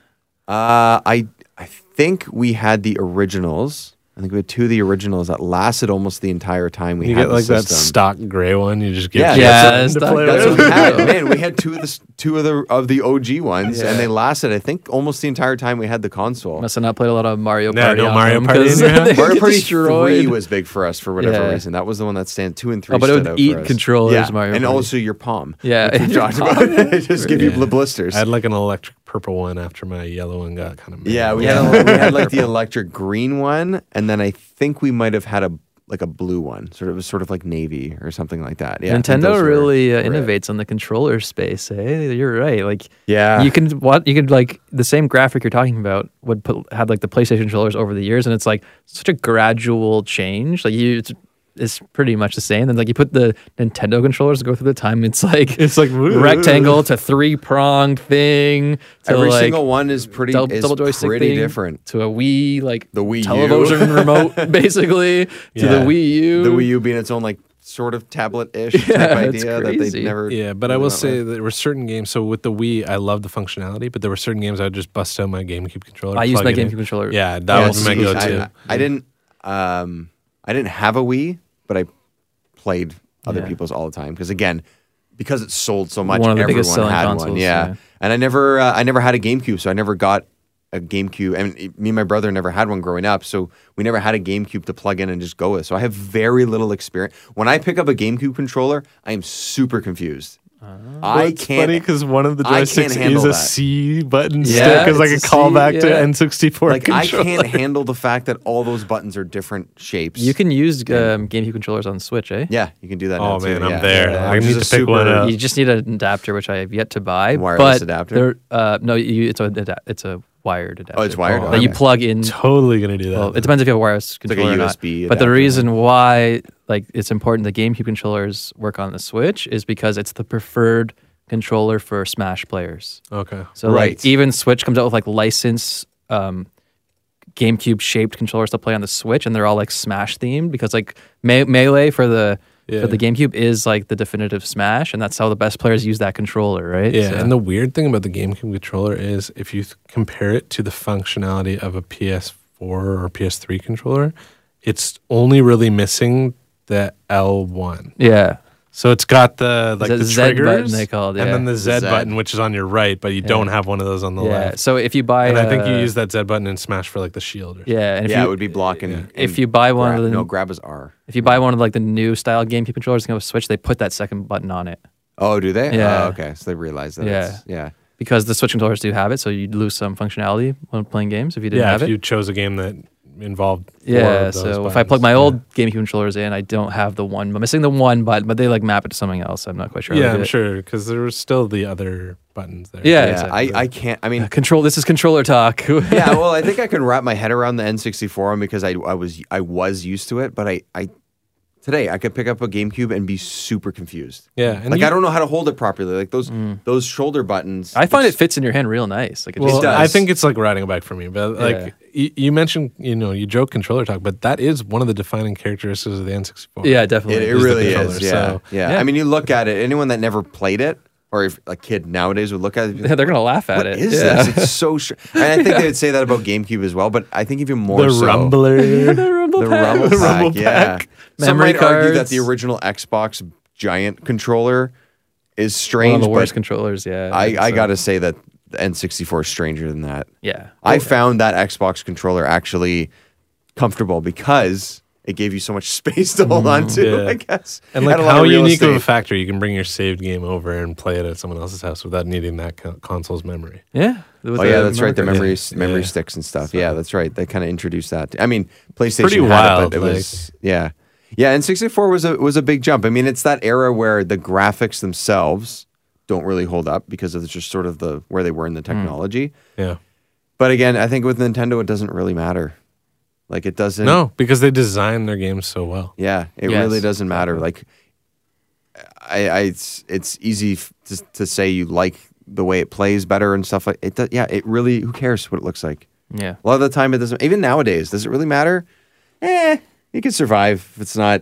S5: Uh, I I think we had the originals. I think we had two of the originals that lasted almost the entire time we
S7: You
S5: had
S7: get
S5: the
S7: like that
S5: system.
S7: stock gray one. You just get
S5: Yeah,
S6: Yeah, that's
S7: kids to
S6: not-
S7: play
S5: That's
S7: with.
S5: what we had. Man, we had two of the s- two of the of the OG ones, and they lasted. I think almost the entire time we had the console.
S6: Must have not played a lot of Mario
S7: No,
S6: Party.
S7: no
S6: on
S7: Mario
S6: them
S7: Party in
S6: 'cause
S7: your house?
S6: they
S5: Mario
S6: get
S5: Party
S6: destroyed.
S5: Three was big for us for whatever
S6: Yeah.
S5: reason. That was the one that stand two and three.
S6: Oh, but it
S5: stood
S6: would
S5: out for
S6: eat
S5: us.
S6: controllers, Mario
S5: and
S6: Party.
S5: also your palm.
S6: Yeah.
S5: which we talked about. It just give you
S7: Yeah.
S5: you blisters.
S7: I had like an electric purple one after my yellow one got kind of
S5: Yeah, we,
S6: Yeah.
S5: Had, we had like the electric green one, and then I think we might have had a like a blue one. Sort of it was sort of like navy or something like that. Yeah, I think those
S6: Nintendo
S5: were-
S6: really uh,
S5: were it.
S6: innovates on the controller space. Eh? You're right. Like,
S5: Yeah.
S6: you can what you could like the same graphic you're talking about would put had like the PlayStation controllers over the years, and it's like such a gradual change. Like you, it's, it's pretty much the same. Then like you put the Nintendo controllers go through the time. It's like
S7: It's like, woo.
S6: rectangle to three pronged thing. To
S5: Every
S6: like,
S5: single one is pretty
S6: dou-
S5: is
S6: double joystick
S5: pretty
S6: thing
S5: different.
S6: to a Wii like
S5: The Wii U.
S6: television remote basically to the
S7: Yeah.
S6: Wii U.
S5: The Wii U being its own like sort of tablet ish type
S6: Yeah, it's
S5: idea that they
S6: crazy.
S5: never.
S7: Yeah, but I
S5: really
S7: will
S5: went
S7: say
S5: with.
S7: that there were certain games. So with the Wii, I love the functionality, but there were certain games I would just bust out my GameCube controller.
S6: I used
S7: plug
S6: my
S7: it in.
S6: GameCube controller.
S7: Yeah, that
S5: Yeah,
S7: was my
S5: see,
S7: go-to.
S5: I, I didn't um I didn't have a Wii, but I played other
S6: Yeah.
S5: people's all the time because again, because it sold so much,
S6: One of the
S5: everyone
S6: biggest selling
S5: had one.
S6: consoles,
S5: Yeah.
S6: yeah.
S5: and I never uh, I never had a GameCube, so I never got a GameCube. And it- me and my brother never had one growing up, so we never had a GameCube to plug in and just go with. So I have very little experience. When I pick up a GameCube controller, I am super confused.
S6: Uh-huh.
S5: I
S7: It's funny
S5: can't
S7: because one of the
S5: I can't
S7: joysticks
S5: handle
S7: is a
S5: that.
S7: C button
S6: Yeah,
S7: stick as like a
S6: it's a C,
S7: callback to
S6: yeah.
S7: N64
S5: like I
S7: controller.
S5: can't handle the fact that all those buttons are different shapes.
S6: You can use um, GameCube controllers on Switch, eh?
S5: Yeah, you can do that. now
S7: Oh,
S5: too,
S7: man, I'm
S5: yeah.
S7: there.
S5: Yeah,
S7: I
S5: which
S7: need
S5: is a
S7: to pick one
S5: super-
S7: up.
S6: You just need an adapter, which I have yet to buy.
S5: Wireless
S6: but
S5: adapter?
S6: there- uh, no, you, it's a ada- it's a wired adapter.
S5: Oh, it's wired,
S6: That
S5: okay.
S6: you plug in.
S7: totally gonna do that.
S6: Well, it depends if you have a wireless
S5: like a
S6: controller or
S5: USB
S6: not. But the
S5: adapter,
S6: reason why like it's important the GameCube controllers work on the Switch is because it's the preferred controller for Smash players.
S7: okay.
S6: So like,
S5: Right.
S6: even Switch comes out with like license um, GameCube shaped controllers to play on the Switch, and they're all like Smash themed because like me- Melee for the
S7: Yeah.
S6: for the GameCube is like the definitive Smash, and that's how the best players use that controller, right?
S7: Yeah,
S6: So-
S7: and the weird thing about the GameCube controller is if you th- compare it to the functionality of a PS4 or PS3 controller, it's only really missing the L1.
S6: yeah.
S7: So it's got the like
S6: The
S7: the,
S6: Z button
S7: triggers,
S6: they call it,
S7: and
S6: yeah.
S7: then the Z,
S5: The Z.
S7: button, which is on your right, but you don't have one of those on the
S6: Yeah.
S7: left.
S6: So if you buy,
S7: and I think you
S6: uh,
S7: use that Z button in Smash for like the shield. Or
S6: yeah, and if
S5: yeah,
S6: you,
S5: it would be blocking. and
S6: if you buy one
S5: grab,
S6: of the-
S5: no, grab is R.
S6: if you buy one of like the new style GameCube controllers, going to Switch, they put that second button on it
S5: Oh, do they?
S6: Yeah.
S5: Oh, okay, so they realize that.
S6: Yeah.
S5: It's, yeah.
S6: because the Switch controllers do have it, so you lose some functionality when playing games if you didn't
S7: yeah.
S6: have
S7: If
S6: it.
S7: you chose a game that involved. four
S6: Yeah,
S7: of
S6: so
S7: those
S6: if I plug
S7: buttons,
S6: my
S7: yeah.
S6: old GameCube controllers in, I don't have the one. I'm missing the one button, but they like map it to something else. I'm not quite sure. how they
S7: yeah,
S6: did
S7: I'm
S6: it.
S7: sure because there were still the other buttons there.
S6: Yeah,
S5: Yeah,
S6: exactly.
S5: I, I can't. I mean,
S6: Control. This is controller talk.
S5: yeah. Well, I think I can wrap my head around the N64 one because I, I was I was used to it, but I, I today I could pick up a GameCube and be super confused.
S7: Yeah, and
S5: like
S7: you-
S5: I don't know how to hold it properly. Like those those shoulder buttons.
S6: Mm. I find it
S5: it's-
S6: fits in your hand real nice. Like it
S7: Well,
S6: just
S5: does.
S7: I think it's like riding a bike for me, but like y- you mentioned, you know, you joke controller talk, but that is one of the defining characteristics of the N64.
S6: Yeah,
S5: It,
S6: definitely.
S5: it
S7: is the
S5: really
S7: controller,
S5: is. Yeah,
S7: so-
S5: yeah.
S6: Yeah.
S5: I mean, you look at it. Anyone that never played it, or if a kid nowadays would look at it,
S6: They're gonna laugh at
S5: What
S6: it.
S5: is
S6: yeah.
S5: this? It's so. Sh- and I think they would say that about GameCube as well, but I think even more
S7: the
S5: so.
S7: rumbler.
S6: The
S5: the
S6: rumble pack.
S5: rumble pack.
S7: rumble
S5: yeah.
S7: pack.
S5: Some
S6: Memory
S5: might argue that
S6: cards.
S5: the original Xbox giant controller is
S6: One of
S5: strange.
S6: the worst
S5: but
S6: controllers. Yeah.
S5: I, I
S6: so-
S5: gotta say that the N64 is stranger than that.
S6: Yeah.
S5: I found that Xbox controller actually comfortable because it gave you so much space to hold on to.
S7: Mm, yeah.
S5: I guess.
S7: And
S5: Had
S7: like
S5: a lot
S7: how
S5: of real
S7: unique of a
S5: estate.
S7: factor you can bring your saved game over and play it at someone else's house without needing that co- console's memory.
S6: Yeah. With
S5: Oh yeah, that's right. The
S6: memory
S5: memory
S6: card.
S5: s- memory
S7: Yeah.
S5: sticks and stuff. Yeah, that's right. They kind of introduced that. I mean, PlayStation
S7: Pretty
S5: had it,
S7: wild,
S5: but it
S7: like-
S5: was yeah. Yeah, and 64 was a was a big jump. I mean, it's that era where the graphics themselves don't really hold up because of just sort of the where they were in the
S7: Hmm.
S5: technology.
S7: Yeah.
S5: But again, I think with Nintendo it doesn't really matter. Like it doesn't
S7: No, because they designed their games so well.
S5: Yeah, it
S2: Yes.
S5: really doesn't matter. Like, I, I it's it's easy f- to, to say you like the way it plays better and stuff like it. Does, yeah, it really. Who cares what it looks like?
S6: Yeah.
S5: A lot of the time, it doesn't. Even nowadays, does it really matter? Eh, you can survive if it's not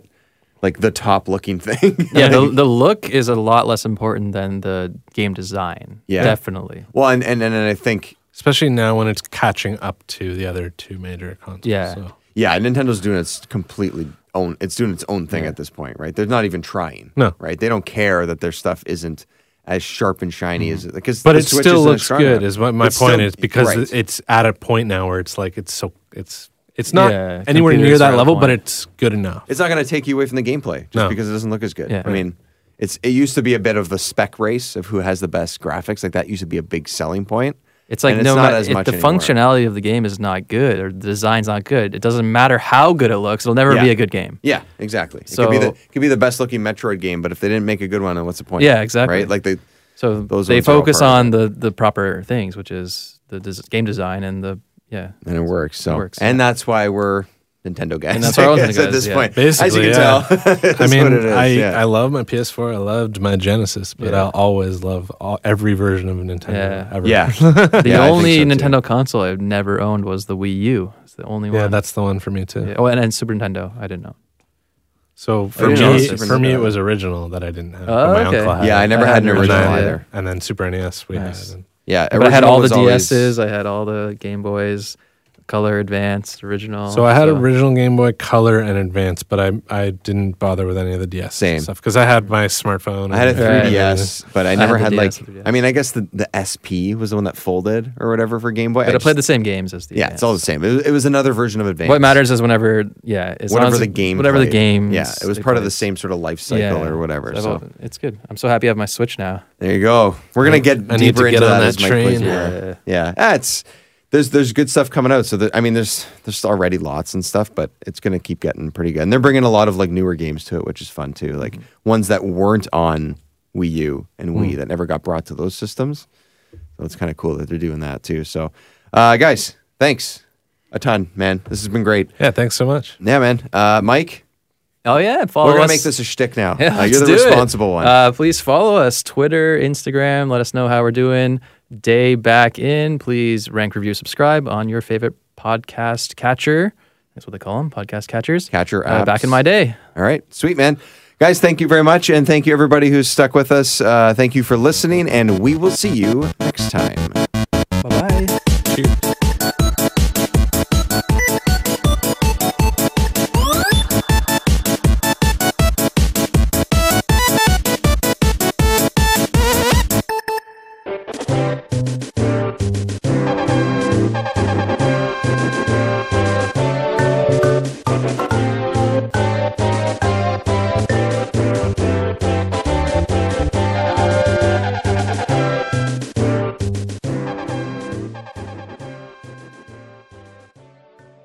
S5: like the top looking thing.
S6: Yeah, the, the look is a lot less important than the game design.
S5: Yeah.
S6: Definitely.
S5: well, and and and I think
S7: Especially now when it's catching up to the other two major consoles.
S6: Yeah.
S7: So.
S5: yeah, Nintendo's doing its completely own. It's doing its own thing at this point, right? They're not even trying.
S7: No.
S5: right? They don't care that their stuff isn't. As sharp and shiny as it, because
S7: Mm-hmm. But
S5: the
S7: it
S5: Switch
S7: still
S5: isn't as
S7: looks
S5: strong
S7: good.
S5: enough.
S7: Is what my
S5: It's
S7: point
S5: still-
S7: is because
S5: right.
S7: it's at a point now where it's like it's so it's it's not
S6: Yeah,
S7: anywhere
S6: computers
S7: near
S6: are at
S7: that
S6: a
S7: level, but
S6: point.
S7: it's good enough.
S5: it's not going to take you away from the gameplay just
S7: No.
S5: because it doesn't look as good.
S6: Yeah.
S5: I mean, it's it used to be a bit of the spec race of who has the best graphics. Like that used to be a big selling point.
S6: It's like
S5: And
S6: no
S5: not
S6: matter
S5: as
S6: if
S5: much
S6: the
S5: anymore.
S6: functionality of the game is not good or the design's not good, it doesn't matter how good it looks, it'll never
S5: Yeah.
S6: be a good game.
S5: Yeah, exactly. it could be the
S6: So-
S5: it could be the best looking Metroid game, but if they didn't make a good one, then what's the point?
S6: Yeah, exactly.
S5: Right? Like they
S6: So
S5: Those
S6: they
S5: ones are all
S6: focus
S5: part of
S6: on the, the proper things, which is the des- game design and the yeah.
S5: and it works. So
S6: works,
S5: and that's why we're Nintendo guys.
S6: And that's why we're
S5: I guess
S6: Nintendo
S5: at this
S6: guys, yeah.
S5: point. as you
S7: Basically,
S5: can
S7: yeah.
S5: tell, that's
S7: I mean,
S5: what it is.
S7: I
S5: yeah.
S7: I love my PS4. I loved my Genesis, but
S6: Yeah.
S7: I'll always love all, every version of Nintendo
S6: Yeah.
S7: ever.
S5: yeah.
S6: The
S5: Yeah, I think
S6: only
S5: so, too.
S6: Nintendo console I've never owned was the Wii U. It's the only
S7: yeah,
S6: one.
S7: that's the one for me too.
S6: Yeah. Oh, and, and Super Nintendo. I didn't know.
S7: So for
S5: didn't know
S7: me,
S5: Super
S7: for me, it
S5: Nintendo.
S7: was original that I didn't have.
S6: Oh,
S7: but my
S6: okay.
S7: uncle had
S5: Yeah,
S7: it.
S5: I never
S6: I
S5: had an
S6: had
S5: original
S7: and I-
S5: either.
S7: And then Super NES we had. and-
S5: Yeah,
S6: But I had
S5: original
S6: all the
S5: was always-
S6: DSs. I had all the Game Boys, Color, Advance, Original.
S7: So I had original Game Boy Color and Advance, but I I didn't bother with any of the DS
S5: Same.
S7: stuff because I had my smartphone.
S5: I had a
S7: and-
S5: 3DS, but I never had,
S6: had the
S5: like.
S6: DS, 3DS.
S5: I mean, I guess the, the SP was the one that folded or whatever for Game Boy.
S6: But I,
S5: just-
S6: played the same games as the.
S5: Yeah, it's all the
S6: Advance.
S5: same. It was, it was another version of Advance.
S6: What matters is whenever, yeah, it's
S5: Whatever
S6: honestly-
S5: the game.
S6: whatever the
S5: played.
S6: game.
S5: Yeah, it was part of the same sort of life cycle or whatever. So,
S6: it's good. I'm so happy I have my Switch now.
S5: there you go. We're gonna get
S7: I need
S5: deeper
S7: to get
S5: into
S7: on
S5: that,
S7: that
S5: as Mike
S7: train.
S5: plays more.
S6: Yeah.
S5: Yeah, Ah, it's there's there's good stuff coming out. So there, I mean, there's there's already lots and stuff, but it's gonna keep getting pretty good. And they're bringing a lot of like newer games to it, which is fun too. Like ones that weren't on Wii U and Wii that never got brought to those systems. So it's kind of cool that they're doing that too. So, uh, guys, thanks a ton, man. This has been great.
S7: Yeah, thanks so much.
S5: Yeah, man. Uh, Mike,
S6: Oh yeah, follow
S5: we're gonna
S6: us.
S5: make this a shtick now.
S6: Yeah,
S5: Uh, you're
S6: let's
S5: the
S6: do it.
S5: responsible one.
S6: Uh, please follow us Twitter, Instagram. Let us know how we're doing. Day back in. Please rank, review, subscribe on your favorite podcast catcher. That's what they call them, podcast catchers.
S5: Catcher
S6: Uh, back in
S5: apps.
S6: my day.
S5: All right, sweet man, guys. Thank you very much, and thank you everybody who's stuck with us. Uh, thank you for listening, and we will see you next time.